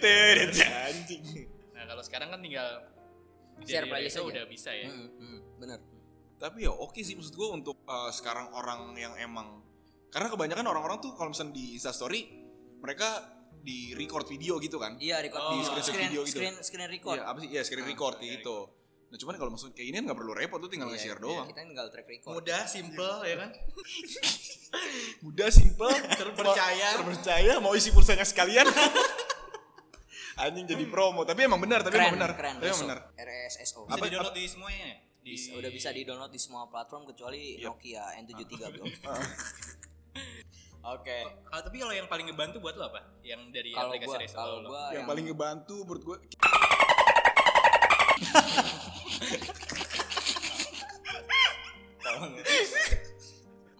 Speaker 2: Anjing.
Speaker 4: Nah, kalau sekarang kan tinggal
Speaker 3: Share
Speaker 4: dari
Speaker 3: playlist
Speaker 4: Reso
Speaker 3: aja.
Speaker 4: udah bisa ya.
Speaker 3: [LAUGHS] Hmm, hmm, bener.
Speaker 2: Tapi ya oke sih maksud gue untuk eh, sekarang orang yang emang karena kebanyakan orang-orang tuh kalau misalnya di Instastory mereka di record video gitu kan.
Speaker 3: Iya record
Speaker 4: Oh,
Speaker 3: di
Speaker 4: screen-
Speaker 2: video gitu.
Speaker 3: screen screen record.
Speaker 2: Iya, apa sih? Iya, screen
Speaker 3: Ah,
Speaker 2: record
Speaker 4: iya,
Speaker 2: gitu. Nah, cuman kalau maksud kayak ini nggak perlu repot tuh tinggal
Speaker 3: Iya,
Speaker 2: nge-share
Speaker 3: iya,
Speaker 2: doang.
Speaker 3: Kita tinggal track record.
Speaker 4: Mudah, simple ya kan?
Speaker 2: Mudah,
Speaker 3: [LAUGHS]
Speaker 2: simple,
Speaker 4: Terpercaya.
Speaker 2: mau- terpercaya, mau isi pulsanya sekalian. [LAUGHS] Anjing jadi promo, tapi emang benar, tapi emang benar.
Speaker 3: keren.
Speaker 2: Tapi emang
Speaker 3: besok.
Speaker 2: benar.
Speaker 3: RSSO.
Speaker 4: Bisa
Speaker 2: Apa-
Speaker 4: di download di semuanya ya? Di
Speaker 3: Bisa- udah bisa di download di semua platform kecuali Nokia N73
Speaker 2: Ah. [LAUGHS]
Speaker 3: belum. [LAUGHS] Oke.
Speaker 4: Kalau tapi kalau yang paling ngebantu buat lo apa? Yang dari
Speaker 3: Kalau
Speaker 4: aplikasi
Speaker 3: gua
Speaker 4: Reso
Speaker 3: kalau
Speaker 4: lo?
Speaker 3: gua
Speaker 2: Yang paling ngebantu menurut gue
Speaker 3: [LAUGHS]
Speaker 2: [LAUGHS]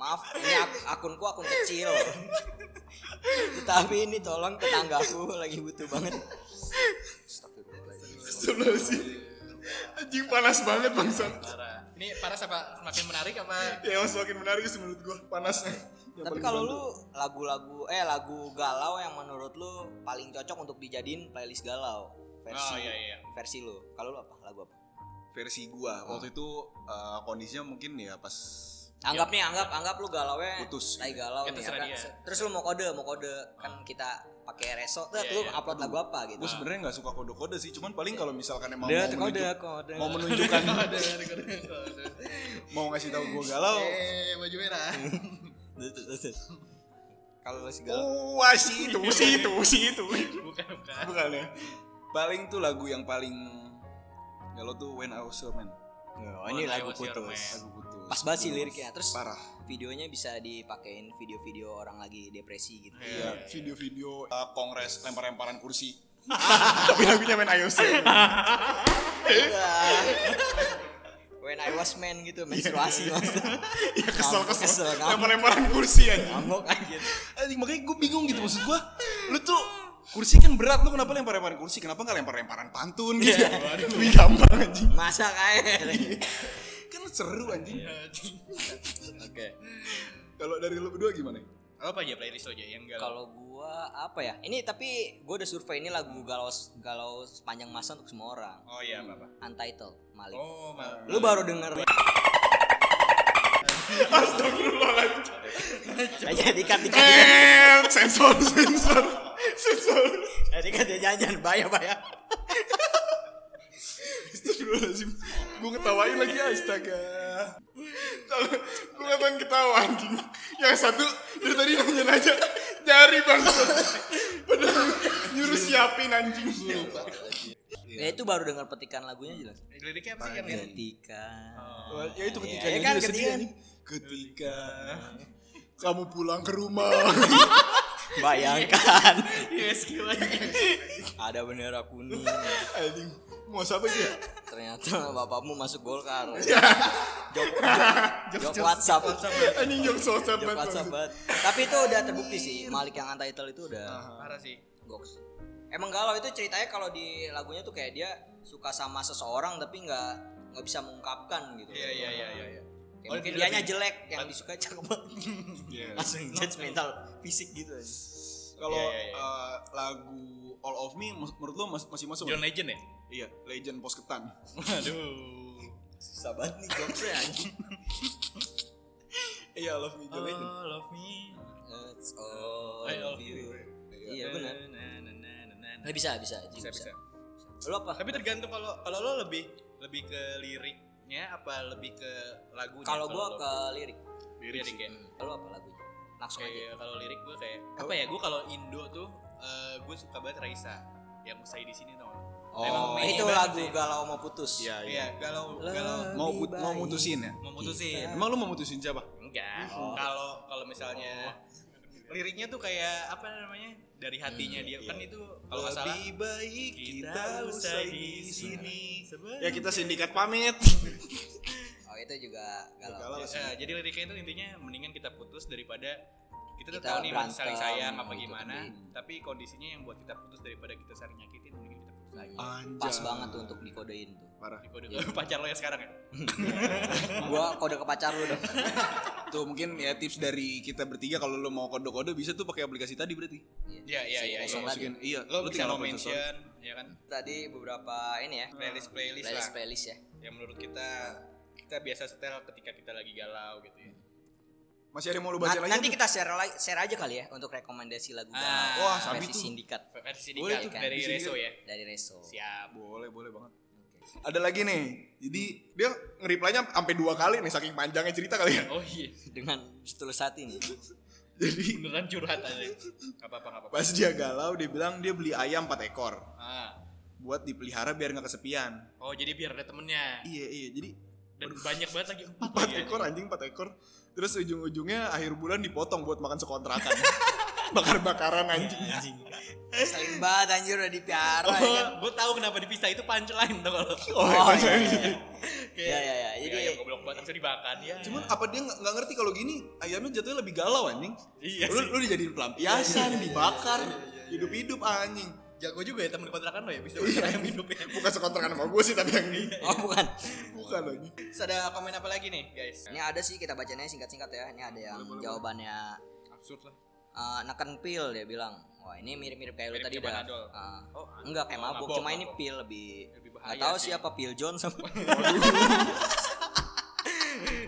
Speaker 3: Maaf, ini ak- akunku akun kecil. Tapi ini tolong tetanggaku [LAUGHS] lagi butuh banget. Astagfirullahaladzim.
Speaker 2: sebelah sih. Anjing panas banget bangsat.
Speaker 4: Parah. Ini parah apa semakin menarik apa?
Speaker 2: Ya emang semakin menarik sih menurut gue panasnya. Yang paling
Speaker 3: Tapi kalau
Speaker 2: ngebantu.
Speaker 3: lu lagu-lagu eh lagu galau yang menurut lu paling cocok untuk dijadiin playlist galau versi
Speaker 4: Oh iya iya.
Speaker 3: versi lu. Kalau lu apa? Lagu apa?
Speaker 2: versi gua waktu itu eh, kondisinya mungkin ya pas
Speaker 3: Anggap nih, anggap anggap lu galau ya.
Speaker 2: Putus.
Speaker 3: Lagi galau
Speaker 4: Ya,
Speaker 3: nih.
Speaker 4: terserah
Speaker 3: apa-
Speaker 4: dia. Hmm.
Speaker 3: Terus lu mau kode, mau kode kan kita pakai reso, tuh
Speaker 4: Iya,
Speaker 3: lu
Speaker 4: iya.
Speaker 3: upload lagu apa gitu.
Speaker 2: gue sebenarnya nggak suka kode-kode sih cuman paling kalau misalkan emang
Speaker 3: Dia
Speaker 2: mau,
Speaker 3: kode
Speaker 2: menunjuk-
Speaker 3: kode.
Speaker 2: mau
Speaker 4: [LAUGHS]
Speaker 2: menunjukkan
Speaker 4: Ada ada ada.
Speaker 2: mau ngasih tahu gua
Speaker 3: Oh.
Speaker 2: galau
Speaker 4: Eh, baju merah. [LAUGHS]
Speaker 3: [LAUGHS] Kalau lu si galau.
Speaker 2: wah si itu si itu si itu
Speaker 4: Bukan bukan.
Speaker 2: bukan ya paling tuh lagu yang paling galau tuh When I Was Your Man
Speaker 3: Oh, ini
Speaker 4: Oh,
Speaker 3: lagu
Speaker 4: Lewat Your Man.
Speaker 3: putus.
Speaker 2: lagu putus
Speaker 3: Pas banget sih liriknya. Terus
Speaker 2: parah
Speaker 3: videonya bisa dipakein video-video orang lagi depresi gitu.
Speaker 2: iya video-video uh, kongres lempar-lemparan kursi [LAUGHS] tapi lagunya main IOC
Speaker 3: Iya. [LAUGHS] When I was man gitu menstruasi [LAUGHS] maksudnya.
Speaker 2: ya kesel kesel
Speaker 3: Kesel, ngambek.
Speaker 2: lempar-lemparan kursi anjing
Speaker 3: Ngambek anjir.
Speaker 2: Anjing makanya gue bingung gitu maksud gue Lu tuh kursi kan berat lu kenapa lempar-lemparan kursi kenapa nggak lempar-lemparan pantun gitu
Speaker 3: Iya.
Speaker 2: ya lebih gampang anjing
Speaker 3: Masa [LAUGHS] kayak.
Speaker 2: kan seru anjing
Speaker 3: Oke.
Speaker 2: kalau dari lu berdua gimana
Speaker 4: Apa aja playlist lo aja yang galau?
Speaker 3: Kalau gua apa ya? Ini tapi gua udah survei ini lagu galau galau sepanjang masa untuk semua orang.
Speaker 4: Oh iya, apa-apa.
Speaker 3: Untitled Malik.
Speaker 4: Oh, malah.
Speaker 3: Lu baru denger [LAUGHS]
Speaker 2: Astagfirullahaladzim
Speaker 3: aja dikat dikat.
Speaker 2: Eh, sensor sensor sensor
Speaker 3: Dikat dia janjian bayar bayar.
Speaker 2: Astagfirullahaladzim gue ketawain lagi astaga gue ngatain ketawa anjing yang satu dari tadi nanya aja nyari bang padahal nyuruh siapin anjing
Speaker 3: Ya itu baru denger petikan lagunya jelas.
Speaker 4: Liriknya apa sih
Speaker 3: ya?
Speaker 4: ya? yang ini?
Speaker 3: Petikan.
Speaker 2: Wah, ya itu ketika
Speaker 3: Iya,
Speaker 2: ini
Speaker 3: kan,
Speaker 2: udah sedih
Speaker 3: ketika.
Speaker 2: anjing. ketika kamu pulang ke rumah
Speaker 3: Bayangkan
Speaker 4: [LAUGHS] Yes, gimana?
Speaker 3: [LAUGHS] ada bendera kuning.
Speaker 2: anjing mau siapa itu ya
Speaker 3: Ternyata bapakmu masuk [LAUGHS] Golkar. Jok, Iya. [LAUGHS] jok, jok WhatsApp.
Speaker 2: anjing yang sosok
Speaker 3: Jok Ah. WhatsApp
Speaker 2: banget
Speaker 3: banget. Tapi itu udah terbukti sih Malik yang untitled itu udah
Speaker 4: Parah sih.
Speaker 3: goks. Emang galau itu ceritanya kalau di lagunya tuh kayak dia suka sama seseorang tapi nggak nggak bisa mengungkapkan gitu.
Speaker 4: Iya, iya, iya, iya, iya.
Speaker 3: Kayak
Speaker 4: Oh,
Speaker 3: mungkin
Speaker 4: dia
Speaker 3: dianya
Speaker 4: lebih-
Speaker 3: jelek yang disuka cakep banget.
Speaker 4: [LAUGHS]
Speaker 2: Iya.
Speaker 3: Langsung judgmental fisik gitu aja.
Speaker 2: kalau
Speaker 4: Iya, iya, iya.
Speaker 2: eh, lagu All of Me mas- menurut lo mas- masih masuk
Speaker 4: John
Speaker 2: nggak?
Speaker 4: Legend ya?
Speaker 2: iya Legend Pos Ketan
Speaker 4: Waduh.
Speaker 3: Susah banget nih
Speaker 4: ya,
Speaker 3: goksnya anjing.
Speaker 2: [LAUGHS] iya All of Me John Legend
Speaker 4: All of me.
Speaker 3: It's all
Speaker 4: I
Speaker 3: of
Speaker 4: love
Speaker 3: you.
Speaker 4: you.
Speaker 3: Iya benar.
Speaker 4: Na, na, na, na, na, na,
Speaker 3: Eh, bisa, bisa, anjing,
Speaker 4: bisa, bisa.
Speaker 3: Lu apa?
Speaker 4: Tapi tergantung kalau kalau lo lebih lebih ke liriknya apa lebih ke lagunya?
Speaker 3: Kalau gua
Speaker 4: lo?
Speaker 3: ke lirik.
Speaker 4: lirik, ya.
Speaker 3: Lu apa lagunya? Langsung aja.
Speaker 4: Kayak kalau lirik gua kayak apa ya? Gua kalau Indo tuh eh, gua suka banget Raisa yang usai di sini tau.
Speaker 2: Oh,
Speaker 4: main
Speaker 3: itu
Speaker 4: banget
Speaker 3: lagu
Speaker 4: sih.
Speaker 3: galau mau putus.
Speaker 2: Iya, iya.
Speaker 4: Iya, galau
Speaker 3: Lebih
Speaker 4: galau
Speaker 2: Mau put- mau
Speaker 3: baik
Speaker 2: mutusin ya?
Speaker 4: mau mutusin.
Speaker 3: kita-
Speaker 2: Emang lu mau mutusin siapa?
Speaker 4: Enggak.
Speaker 3: Oh.
Speaker 4: Kalau kalau misalnya liriknya tuh kayak apa namanya? Dari hatinya
Speaker 3: Hmm,
Speaker 4: dia
Speaker 2: iya.
Speaker 4: kan itu kalau nggak salah
Speaker 2: Lebih baik kita usai di sini.
Speaker 4: Sebelum-
Speaker 2: Ya kita sindikat pamit.
Speaker 3: Oh, itu juga galau.
Speaker 2: Galau.
Speaker 4: Ya, eh, jadi liriknya itu intinya mendingan kita putus daripada kita,
Speaker 3: Kita
Speaker 4: tuh tahu nih masih
Speaker 3: berantem,
Speaker 4: saling sayang apa
Speaker 3: gitu,
Speaker 4: gimana,
Speaker 3: tapi-
Speaker 4: tapi kondisinya yang buat kita putus daripada kita saling nyakitin mendingan kita putus lagi.
Speaker 2: Anjay.
Speaker 3: Pas banget tuh untuk dikodein tuh.
Speaker 2: Parah.
Speaker 4: Di kode [LAUGHS] pacar lo yang sekarang ya.
Speaker 3: Gua kode ke pacar lu dong.
Speaker 2: Tuh mungkin ya tips dari kita bertiga kalau lu mau kode-kode bisa tuh pakai aplikasi tadi berarti.
Speaker 4: Iya, iya,
Speaker 3: Si
Speaker 4: iya,
Speaker 2: Lo iya.
Speaker 3: Eson
Speaker 4: iya.
Speaker 3: tadi.
Speaker 2: masukin. Iya,
Speaker 4: Lo bisa lo
Speaker 2: upload sesuatu.
Speaker 4: mention ya kan
Speaker 3: Tadi beberapa ini ya.
Speaker 4: playlist playlist lah
Speaker 3: Playlist playlist ya.
Speaker 4: yang menurut kita kita biasa setel ketika kita lagi galau gitu ya.
Speaker 2: Masih ada yang mau lu baca
Speaker 3: Na-
Speaker 2: lagi?
Speaker 3: nanti
Speaker 2: tuh?
Speaker 3: kita share la- share aja kali ya untuk rekomendasi lagu
Speaker 4: Ah,
Speaker 3: galau
Speaker 2: wah, sabi
Speaker 3: versi
Speaker 2: tuh.
Speaker 3: sindikat
Speaker 4: Versi
Speaker 2: Boleh
Speaker 4: Dika
Speaker 3: tuh,
Speaker 4: dari
Speaker 2: di sini
Speaker 4: Reso
Speaker 2: kan.
Speaker 4: ya.
Speaker 3: dari Reso.
Speaker 4: Siap.
Speaker 2: Boleh, boleh banget. Ada lagi nih. Jadi dia nge-reply-nya sampai dua kali nih saking panjangnya cerita kali ya. [LAUGHS]
Speaker 4: Oh iya, [LAUGHS]
Speaker 3: Dengan setulus hati nih.
Speaker 2: Jadi
Speaker 4: beneran curhat aja. Gak apa-apa, gak apa-apa.
Speaker 2: pas dia galau dia bilang dia beli ayam 4 ekor
Speaker 4: Ah.
Speaker 2: buat dipelihara biar nggak kesepian.
Speaker 4: Oh, jadi biar ada temennya.
Speaker 2: Iya, iya. Jadi
Speaker 4: Dan banyak banget lagi empat,
Speaker 2: 4
Speaker 4: lagi.
Speaker 2: ekor anjing 4 ekor. Terus ujung-ujungnya akhir bulan dipotong buat makan sekontrakan. [LAUGHS] Bakar-bakaran
Speaker 4: Iya,
Speaker 2: anjing.
Speaker 3: Sering banget anjir udah dipiara ya kan.
Speaker 4: gue Oh, tahu kenapa dipisah itu punchline tau [LAUGHS] kalau
Speaker 2: Oh,
Speaker 3: Oh,
Speaker 2: iya, iya.
Speaker 3: Iya, iya, iya.
Speaker 4: jadi
Speaker 3: Jadi-
Speaker 4: ayam goblok banget bisa dimakan ya
Speaker 2: Cuman apa dia nggak nggak ngerti kalau gini ayamnya jatuhnya lebih galau anjing.
Speaker 4: Iya
Speaker 2: Lu
Speaker 4: sih.
Speaker 2: lu dijadiin pelampiasan, dibakar, hidup-hidup anjing.
Speaker 4: iya, jago juga ya temen kontrakan lo ya bisa makan ayam hidup ya
Speaker 2: Bukan sekontrakan sama gue sih tapi yang ini.
Speaker 3: Oh bukan.
Speaker 2: Bukan anjing.
Speaker 4: Terus ada komen apa lagi nih guys
Speaker 3: Ini ada sih kita bacanya singkat-singkat ya. Ini ada yang jawabannya
Speaker 4: absurd lah
Speaker 3: eh, neken pil dia bilang. Wah ini mirip-mirip kayak lu
Speaker 4: Mirip
Speaker 3: tadi
Speaker 4: kayak
Speaker 3: dah.
Speaker 4: Panadol.
Speaker 3: Ah,
Speaker 4: Oh,
Speaker 3: enggak kayak
Speaker 4: oh,
Speaker 3: mabuk.
Speaker 4: mabok,
Speaker 3: Cuma ini
Speaker 4: mabok.
Speaker 3: pil lebih.
Speaker 4: Lebih
Speaker 3: Nggak
Speaker 4: bahaya
Speaker 3: tahu
Speaker 4: sih.
Speaker 3: sih apa pil John sama.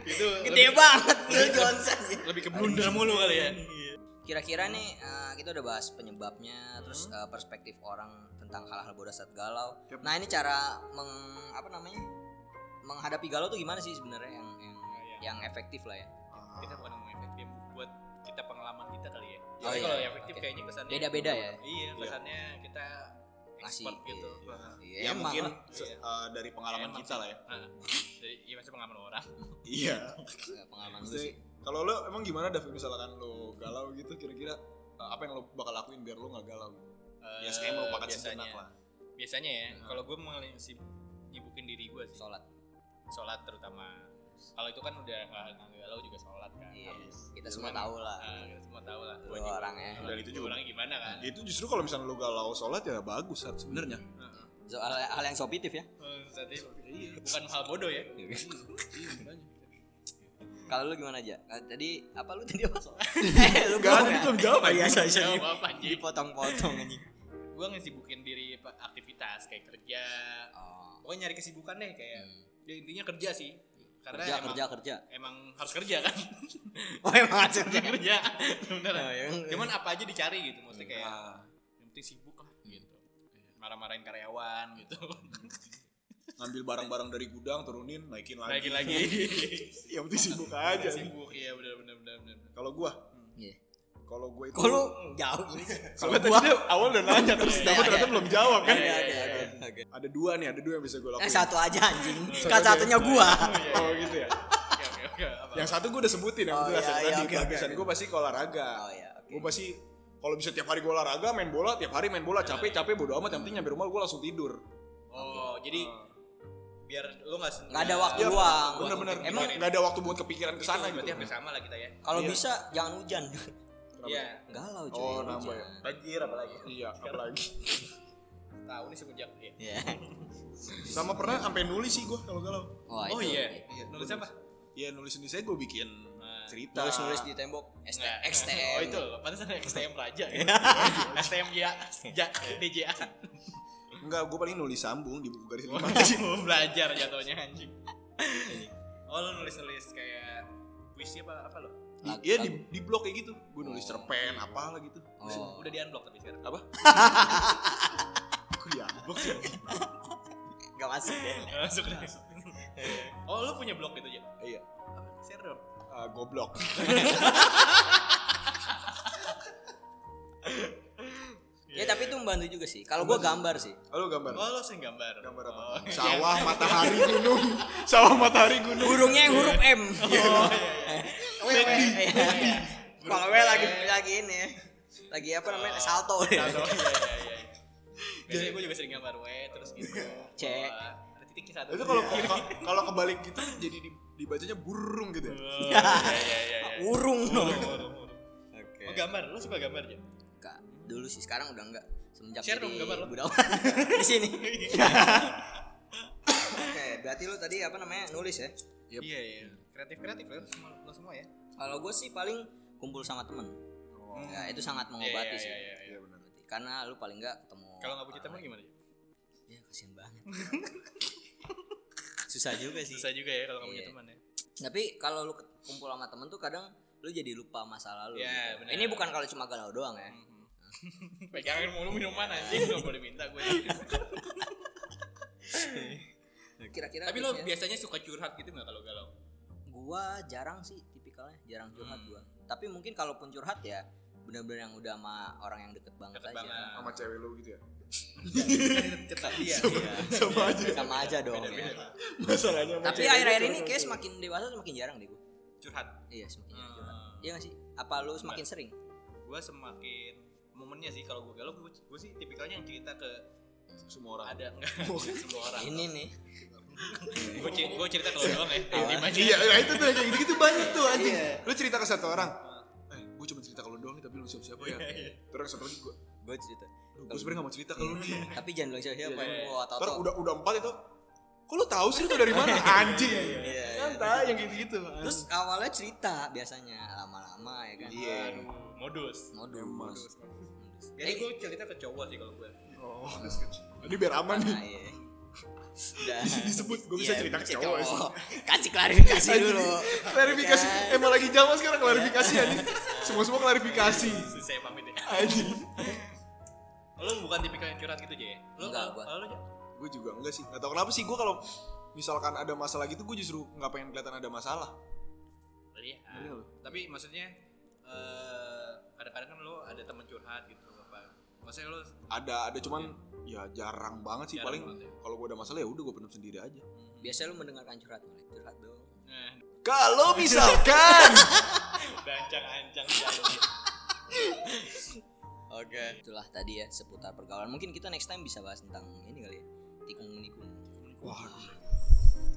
Speaker 4: itu
Speaker 3: Gede banget pil Johnson sih.
Speaker 4: lebih ke blunder mulu kali ya
Speaker 3: Kira-kira nih eh, kita udah bahas penyebabnya, terus eh, perspektif orang tentang hal-hal bodoh saat galau.
Speaker 2: Yep.
Speaker 3: Nah ini cara meng apa namanya menghadapi galau tuh gimana sih sebenarnya yang yang,
Speaker 4: iya.
Speaker 3: yang efektif lah ya.
Speaker 4: kita bukan ngomong efektif buat kita pengalaman kita kali ya
Speaker 3: Oh,
Speaker 4: tapi
Speaker 3: iya,
Speaker 4: kalau
Speaker 3: iya.
Speaker 4: efektif
Speaker 3: Oke.
Speaker 4: kayaknya kesannya
Speaker 3: Beda-beda ya?
Speaker 4: iya kesannya kita
Speaker 3: Ngasih
Speaker 4: expert gitu
Speaker 3: iya. Iya,
Speaker 2: Ya,
Speaker 3: emang
Speaker 2: mungkin
Speaker 3: lah.
Speaker 2: se- eh, dari pengalaman
Speaker 4: Emang
Speaker 2: kita lah ya.
Speaker 4: Ah, jadi iya masih pengalaman orang
Speaker 2: Iya.
Speaker 3: Nggak, eh, pengalaman lu
Speaker 2: Maksudnya,
Speaker 3: sih.
Speaker 2: kalau lo emang gimana Davi misalkan lo galau gitu kira-kira eh, apa yang lo bakal lakuin biar lo nggak galau? Ya
Speaker 4: Eh,
Speaker 2: sekalian melupakan
Speaker 4: biasanya
Speaker 2: sejenak lah.
Speaker 4: biasanya ya kalau gue nyibukin diri gue
Speaker 3: Nah.
Speaker 4: sih
Speaker 3: Sholat.
Speaker 4: sholat terutama kalau itu kan udah nggak nggak galau juga sholat kan
Speaker 3: Iya.
Speaker 4: Habis.
Speaker 3: Kita
Speaker 4: Cuman,
Speaker 3: semua tahu lah.
Speaker 4: ah, kita semua tahu lah
Speaker 3: Lu orang ya. Iya.
Speaker 2: Dan itu juga-
Speaker 4: orang gimana kan
Speaker 2: Itu justru kalau misalnya lo galau sholat ya bagus Sat, sebenarnya.
Speaker 3: Soal hal yang sopitif ya.
Speaker 4: Eh, jadi bukan hal bodoh ya
Speaker 3: Iya. [LAUGHS] Kalau lu gimana aja? Nah, tadi apa lu tadi apa? [LAUGHS] eh, lu
Speaker 2: Gak
Speaker 3: galau
Speaker 2: ada
Speaker 3: ya?
Speaker 2: itu belum jawab ya saya
Speaker 3: Iya.
Speaker 4: Gak apa-apa anjing
Speaker 3: Dipotong-potong anjing.
Speaker 4: gue ngesibukin diri pa- aktivitas kayak kerja
Speaker 3: Oh.
Speaker 4: pokoknya nyari kesibukan deh kayak
Speaker 3: Hmm.
Speaker 4: ya intinya kerja sih karena
Speaker 3: Kerja,
Speaker 4: emang,
Speaker 3: kerja, kerja.
Speaker 4: emang harus kerja
Speaker 3: [LAUGHS]
Speaker 4: kan
Speaker 3: Oh emang aja.
Speaker 4: kerja kerja beneran
Speaker 3: [LAUGHS] Oh, iya. Hmm. Ah.
Speaker 4: cuman apa aja dicari gitu maksudnya kayak yang penting sibuk lah gitu marah-marahin karyawan gitu
Speaker 3: Hmm.
Speaker 4: [LAUGHS]
Speaker 2: Ngambil barang-barang dari gudang turunin naikin
Speaker 4: lagi
Speaker 2: lagi.
Speaker 4: lagi
Speaker 2: Ya penting sibuk aja.
Speaker 4: sibuk iya benar benar benar benar
Speaker 2: Kalau gua,
Speaker 3: Iya.
Speaker 2: kalau gua itu.
Speaker 3: Kok lu jauh gini sih?
Speaker 2: Soalnya tadi dia awal udah nanya terus
Speaker 3: Iya,
Speaker 2: dapat
Speaker 3: iya.
Speaker 2: ternyata belum jawab kan?
Speaker 4: Iya,
Speaker 3: Ada,
Speaker 4: iya,
Speaker 3: ada,
Speaker 4: iya.
Speaker 3: ada.
Speaker 2: Ada dua nih, ada dua yang bisa gue lakuin.
Speaker 3: Eh satu aja anjing.
Speaker 2: Satu
Speaker 3: Kan
Speaker 2: aja.
Speaker 3: satunya gua.
Speaker 2: Oh gitu ya.
Speaker 4: oke oke oke iya, apa
Speaker 3: Ya.
Speaker 2: Yang satu gue udah sebutin yang
Speaker 3: Oh,
Speaker 2: jelas
Speaker 3: iya,
Speaker 2: yang
Speaker 3: iya,
Speaker 2: tadi.
Speaker 3: oke, oke,
Speaker 2: Kehabisan
Speaker 3: oke.
Speaker 2: gue pasti ke olahraga.
Speaker 3: Oh ya, oke.
Speaker 2: Gue pasti kalau bisa tiap hari gue olahraga, main bola, tiap hari main bola, capek capek bodo amat. Yang penting nyampe rumah gue langsung tidur.
Speaker 4: oh jadi biar lu nggak sen-
Speaker 3: Nggak ada waktu
Speaker 2: Iya,
Speaker 3: luang.
Speaker 4: buat
Speaker 2: Bener-bener.
Speaker 4: untuk
Speaker 2: Emang
Speaker 4: mikirin.
Speaker 2: nggak ada waktu buat kepikiran
Speaker 4: Itu
Speaker 2: kesana
Speaker 4: berarti
Speaker 2: gitu.
Speaker 4: hampir sama lah kita ya
Speaker 3: Kalau
Speaker 2: Iya.
Speaker 3: bisa jangan hujan. [LAUGHS]
Speaker 2: Kenapa?
Speaker 4: iya
Speaker 3: Galau cuy.
Speaker 2: Oh,
Speaker 3: hujan.
Speaker 2: nambah ya.
Speaker 4: banjir apalagi
Speaker 2: Iya, apalagi.
Speaker 4: tahu nih semenjak ya
Speaker 3: Iya.
Speaker 2: Sama pernah sampai nulis sih gue kalau galau.
Speaker 3: Wah,
Speaker 4: oh
Speaker 3: itu.
Speaker 4: iya nulis apa
Speaker 2: Ya nulis nulis saya gue bikin
Speaker 4: Nah,
Speaker 2: cerita.
Speaker 3: Nulis-nulis di tembok. ST,
Speaker 4: Nggak.
Speaker 3: XTM.
Speaker 4: [LAUGHS] Oh itu loh, pantesan XTM Raja
Speaker 2: [LAUGHS]
Speaker 4: ya. XTM ya, ja, DJA.
Speaker 2: Enggak, gue paling nulis sambung di buku garis lima.
Speaker 4: Mau [LAUGHS] belajar
Speaker 2: [LAUGHS]
Speaker 4: jatuhnya anjing. Oh lu nulis-nulis kayak puisi apa apa lo?
Speaker 2: Di,
Speaker 3: Lag-
Speaker 2: iya
Speaker 3: lag-
Speaker 2: di, di blog kayak gitu. Gue nulis
Speaker 3: Oh.
Speaker 2: cerpen apalah gitu.
Speaker 4: [LAUGHS]
Speaker 3: Oh.
Speaker 4: Udah di unblock tapi sekarang.
Speaker 2: Apa? Gue di unblock ya, sih.
Speaker 3: Gak masuk ya.
Speaker 4: [LAUGHS]
Speaker 3: deh.
Speaker 4: Nggak Masuk deh.
Speaker 2: [LAUGHS]
Speaker 4: oh lu punya blog gitu ya?
Speaker 2: Iya.
Speaker 4: Share dong.
Speaker 2: Eh, goblok.
Speaker 3: Ya tapi itu membantu juga sih. Kalau gua gambar sih.
Speaker 2: Halo gambar.
Speaker 4: Oh lu sering gambar.
Speaker 2: Gambar apa?
Speaker 4: Oh, iya. [LAUGHS]
Speaker 2: Sawah matahari gunung. Sawah matahari gunung.
Speaker 3: Burungnya yang huruf M.
Speaker 4: Oh,
Speaker 3: [LAUGHS]
Speaker 4: iya, iya.
Speaker 3: Wewe. Iya. Kalau gue lagi lagi ini lagi apa namanya salto ya. [LAUGHS]
Speaker 4: Tato, iya, iya, iya. Biasanya gue juga sering gambar we terus gitu.
Speaker 2: [LAUGHS]
Speaker 3: Cek.
Speaker 4: Wah, Ada titiknya satu. Oh,
Speaker 2: Itu
Speaker 4: [LAUGHS]
Speaker 2: kalau [LAUGHS] kalau- kalau kebalik gitu jadi di- dibacanya burung gitu ya.
Speaker 4: Oh, Iya iya iya. iya.
Speaker 3: Urung dong.
Speaker 4: [LAUGHS] Oh,
Speaker 3: Oke.
Speaker 4: gambar, lu suka gambar ya?
Speaker 3: Kak, dulu sih sekarang udah enggak semenjak
Speaker 4: Share dong
Speaker 3: jadi
Speaker 4: gambar lo. Iya.
Speaker 3: budak [LAUGHS] di
Speaker 4: [LAUGHS]
Speaker 3: sini. Oke, berarti lu tadi apa namanya nulis ya?
Speaker 4: Iya iya. Kreatif kreatif lo semua, lo semua ya.
Speaker 3: Kalau gue sih paling kumpul sama temen. Ya, itu sangat mengobati sih.
Speaker 4: Hmm. Iya iya iya.
Speaker 2: benar.
Speaker 3: Karena lu paling enggak ketemu.
Speaker 4: Kalau nggak punya
Speaker 3: orang
Speaker 4: teman gimana? Jep?
Speaker 3: Ya kasihan banget. [LAUGHS] Susah juga sih.
Speaker 4: Susah juga ya kalau nggak punya
Speaker 3: Iya.
Speaker 4: teman ya.
Speaker 3: Tapi kalau lu kumpul sama temen tuh kadang lu jadi lupa masa lalu.
Speaker 4: Ya,
Speaker 3: gitu.
Speaker 4: benar.
Speaker 3: Ini bukan kalau cuma galau doang ya.
Speaker 4: [LAUGHS] Pegangin Hmm. mulu minuman anjing nggak boleh minta gue.
Speaker 3: Kira-kira
Speaker 4: Tapi lo
Speaker 3: tipsnya-
Speaker 4: biasanya suka curhat gitu nggak kalau [LAUGHS] galau?
Speaker 3: gua jarang sih tipikalnya, jarang curhat
Speaker 4: Hmm.
Speaker 3: gua. Tapi mungkin kalaupun curhat ya benar-benar yang udah sama orang yang deket banget
Speaker 4: Deket
Speaker 3: aja.
Speaker 4: banget.
Speaker 2: Sama cewek lu gitu ya.
Speaker 4: Cerita dia. iya.
Speaker 2: Sama aja.
Speaker 3: Sama aja dong.
Speaker 4: Beda
Speaker 3: ya.
Speaker 4: beda.
Speaker 2: Masalahnya sama
Speaker 3: Tapi
Speaker 2: cewek lu Iya,
Speaker 3: akhir-akhir
Speaker 2: curhat
Speaker 3: ini
Speaker 2: sama
Speaker 3: kayak
Speaker 2: cewek.
Speaker 3: semakin dewasa semakin jarang deh gua.
Speaker 4: Curhat.
Speaker 3: Iya, semakin jarang
Speaker 4: Hmm. Iya.
Speaker 3: curhat. Iya gak sih? Apa lu semakin sering?
Speaker 4: Gue semakin momennya sih kalau gue galau gue gue sih tipikalnya yang cerita ke
Speaker 2: semua orang.
Speaker 4: ada nggak semua orang.
Speaker 3: Ini nih.
Speaker 4: Gue gue cerita ke lo doang ya.
Speaker 3: Awal.
Speaker 4: Di aja.
Speaker 2: Iya, nah itu tuh kayak gitu-gitu banyak tuh anjing.
Speaker 3: Iya.
Speaker 2: Lu cerita ke satu orang. Eh, gue cuma cerita ke lu doang nih, tapi lu siapa-siapa ya.
Speaker 4: Iya, iya.
Speaker 2: Terus satu lagi gue,
Speaker 3: Gua cerita.
Speaker 2: gue sebenarnya gak mau cerita ke Iya, lu nih.
Speaker 3: [LAUGHS] Tapi jangan bilang siapa-siapa. ya.
Speaker 4: Iya, iya.
Speaker 3: Wah,
Speaker 2: Terus
Speaker 3: Toto.
Speaker 2: udah udah empat itu. Kok lu tahu sih itu dari mana? Anjing.
Speaker 3: Iya, iya.
Speaker 2: Kan tai yang gitu-gitu.
Speaker 3: Terus awalnya cerita biasanya lama-lama ya kan.
Speaker 2: Iya.
Speaker 4: Aduh, modus.
Speaker 3: Modus.
Speaker 2: Emang.
Speaker 3: Modus.
Speaker 4: Biasanya gue cerita ke cowok sih kalau gue.
Speaker 2: Oh, ini biar aman nih.
Speaker 3: [LAUGHS] Nah, iya.
Speaker 2: [LAUGHS]
Speaker 3: Udah.
Speaker 2: disebut, gua bisa
Speaker 3: Iya,
Speaker 2: cerita ke
Speaker 3: bisa
Speaker 2: cowok
Speaker 3: Kasih klarifikasi
Speaker 2: Anjing.
Speaker 3: dulu.
Speaker 2: Klarifikasi.
Speaker 3: Kan?
Speaker 2: Emang lagi zaman sekarang klarifikasi ya nih. Semua-semua klarifikasi.
Speaker 4: Saya pamit ya.
Speaker 2: Anjing.
Speaker 4: [LAUGHS] Lo bukan tipikal yang curhat gitu aja ya? Lo
Speaker 3: Enggak,
Speaker 4: kalau
Speaker 3: gua.
Speaker 4: kalau lo Jep?
Speaker 2: Gue juga enggak sih. Gak tau kenapa sih gue kalau misalkan ada masalah gitu gue justru nggak pengen kelihatan ada masalah.
Speaker 4: Iya.
Speaker 2: Iya lo.
Speaker 4: Tapi maksudnya eh, kadang-kadang kan lo ada teman curhat gitu apa? Maksudnya lo
Speaker 2: Ada ada cuman ya jarang banget sih
Speaker 4: Jarang
Speaker 2: paling
Speaker 4: banget ya.
Speaker 2: kalau gue ada masalah ya udah gue pendam sendiri aja.
Speaker 3: Biasanya lu mendengarkan curhat Malik. curhat dong.
Speaker 4: eh,
Speaker 2: Kalau misalkan
Speaker 4: ancang-ancang
Speaker 3: [LAUGHS] Oke. Itulah tadi ya seputar pergaulan. Mungkin kita next time bisa bahas tentang ini kali ya. Tikung menikung.
Speaker 2: Wah,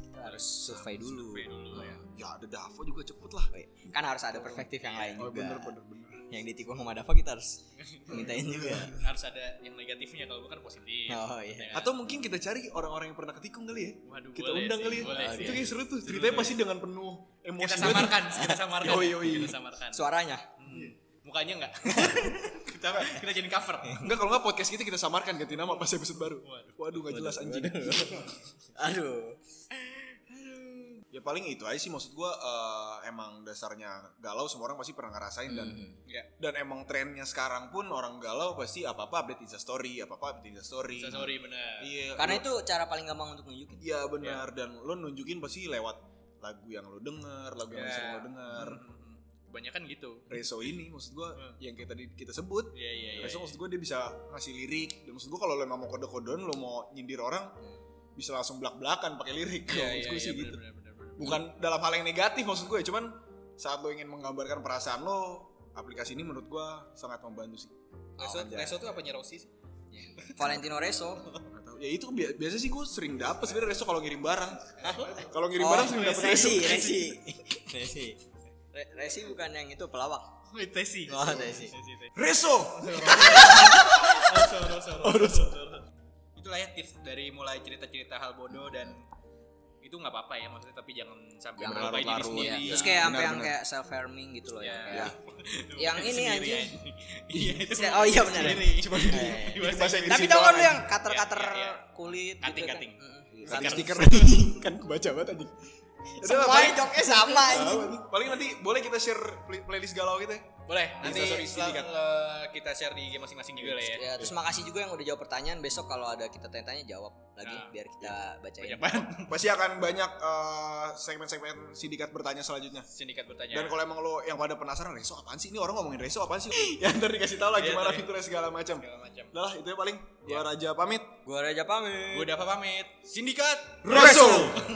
Speaker 3: Kita harus survei dulu. Hmm.
Speaker 4: Survei dulu ya.
Speaker 2: [LAUGHS] ya ada Davo juga cepet lah.
Speaker 3: Kan harus ada perspektif yang lain
Speaker 2: Oh,
Speaker 3: juga.
Speaker 2: bener bener bener.
Speaker 3: Yang ditikung sama Dava kita harus mintain juga.
Speaker 4: Harus ada yang negatifnya kalau gue kan positif.
Speaker 2: Ah.
Speaker 3: Oh, iya.
Speaker 4: Ya kan?
Speaker 2: Atau mungkin kita cari orang-orang yang pernah ketikung kali ya.
Speaker 4: Waduh,
Speaker 2: kita
Speaker 4: boleh
Speaker 2: undang
Speaker 4: sih,
Speaker 2: kali ya.
Speaker 4: boleh
Speaker 2: itu
Speaker 4: sih.
Speaker 2: kayak seru tuh.
Speaker 4: Seru
Speaker 2: Ceritanya
Speaker 4: tuh.
Speaker 2: pasti dengan penuh emosi.
Speaker 4: kita
Speaker 2: banget.
Speaker 4: samarkan,
Speaker 2: [LAUGHS]
Speaker 4: kita samarkan.
Speaker 2: Yoi, yoi.
Speaker 4: Kita samarkan.
Speaker 3: Suaranya.
Speaker 4: Hmm. Mukanya
Speaker 2: [LAUGHS]
Speaker 4: enggak. kita kita jadi cover.
Speaker 2: Enggak kalau enggak podcast kita kita samarkan ganti nama pas episode baru.
Speaker 4: Waduh.
Speaker 2: Waduh nggak jelas
Speaker 4: [LAUGHS]
Speaker 2: anjing.
Speaker 3: Aduh.
Speaker 2: Ya paling itu aja sih maksud gua eh, emang dasarnya galau semua orang pasti pernah ngerasain dan
Speaker 4: Enggak.
Speaker 2: dan emang trennya sekarang pun orang galau pasti apa-apa update Insta story, apa-apa update Insta story.
Speaker 4: So, sorry benar.
Speaker 2: Iya.
Speaker 3: Karena
Speaker 2: lu-
Speaker 3: itu cara paling gampang untuk nunjukin.
Speaker 2: Iya
Speaker 4: Ya.
Speaker 2: benar dan lo nunjukin pasti lewat lagu yang lo denger, lagu yang
Speaker 4: Ya.
Speaker 2: sering lo denger.
Speaker 4: Kebanyakan gitu.
Speaker 2: Reso ini maksud gua
Speaker 4: Hmm.
Speaker 2: yang kayak tadi kita sebut.
Speaker 4: Iya iya iya.
Speaker 2: Reso maksud gua dia bisa ngasih lirik dan maksud gua kalau lo emang mau kode-kodean lo mau nyindir orang bisa langsung belak-belakan pakai lirik
Speaker 4: Hmm. Iya
Speaker 2: kalau
Speaker 4: iya
Speaker 2: maksud gua
Speaker 4: iya
Speaker 2: sih
Speaker 4: benar
Speaker 2: gitu.
Speaker 4: benar benar. benar.
Speaker 2: bukan dalam hal yang negatif maksud gue cuman saat lo ingin menggambarkan perasaan lo aplikasi ini menurut gue sangat membantu sih
Speaker 4: Reso,
Speaker 2: anjay.
Speaker 4: reso tuh apanya Rosi sih?
Speaker 3: Valentino Reso.
Speaker 2: Nggak tahu. ya itu bia- biasa sih gue sering dapet sebenarnya resto kalau ngirim
Speaker 4: [LAUGHS]
Speaker 2: barang kalau ngirim
Speaker 3: Oh,
Speaker 2: barang sering dapet resto
Speaker 3: Resi,
Speaker 2: [LAUGHS]
Speaker 3: Resi. Resi. Re- Resi bukan yang itu pelawak.
Speaker 4: Tesi.
Speaker 3: Oh, Tesi.
Speaker 2: resto
Speaker 4: Roso, Roso,
Speaker 2: Oh,
Speaker 4: Roso. Itulah ya tips dari mulai cerita-cerita hal bodoh dan itu nggak apa-apa ya maksudnya tapi jangan sampai
Speaker 3: Yang
Speaker 4: melukai diri
Speaker 2: larut-larut.
Speaker 4: sendiri.
Speaker 2: Iya.
Speaker 3: Terus kayak
Speaker 2: benar,
Speaker 3: sampai yang
Speaker 2: benar. Iya.
Speaker 3: kayak self harming gitu loh ya.
Speaker 4: Ya.
Speaker 3: kayak- Yang
Speaker 4: Yang
Speaker 3: ini, anjing.
Speaker 4: Iya, itu
Speaker 3: Se- oh, iya, benar.
Speaker 2: ya.
Speaker 4: sendiri. iya.
Speaker 2: Cuma
Speaker 4: Di
Speaker 2: di-
Speaker 4: di
Speaker 2: di bahasa Inggris
Speaker 3: Tapi tau kan lu
Speaker 2: doang.
Speaker 3: yang kater-kater
Speaker 4: Iya, iya, iya.
Speaker 3: kulit
Speaker 4: Cutting,
Speaker 3: gitu kan.
Speaker 4: cutting.
Speaker 3: Mm-mm.
Speaker 2: [LAUGHS] Kasih
Speaker 4: Stiker.
Speaker 2: stiker kan kebaca banget anjing
Speaker 3: Semua joknya sama anjing.
Speaker 2: Paling nanti boleh kita share play- playlist galau kita. ya?
Speaker 4: Boleh, nanti
Speaker 2: Instastory
Speaker 4: setelah-
Speaker 2: Sindikat.
Speaker 4: eh, kita share di IG masing-masing juga lah
Speaker 2: Iya.
Speaker 4: ya.
Speaker 3: Ya, terus makasih juga yang udah jawab pertanyaan. Besok kalau ada kita tanya-tanya jawab lagi
Speaker 2: Ah,
Speaker 4: Nah.
Speaker 3: biar
Speaker 2: iya.
Speaker 3: kita bacain.
Speaker 4: Banyak banget
Speaker 2: Pasti akan banyak eh, segmen-segmen sindikat bertanya selanjutnya.
Speaker 4: sindikat bertanya.
Speaker 2: Dan kalau emang lo yang pada penasaran reso apaan sih? Ini orang ngomongin reso apaan sih? [LAUGHS] ya ntar dikasih tau lah
Speaker 4: Iya,
Speaker 2: gimana
Speaker 4: ntar ya.
Speaker 2: fiturnya segala macam.
Speaker 4: segala macam.
Speaker 2: Udah lah itu ya paling. Gua
Speaker 4: Iya.
Speaker 2: Raja pamit.
Speaker 3: Gua Raja pamit.
Speaker 4: Gue udah pamit. Sindikat
Speaker 2: Reso.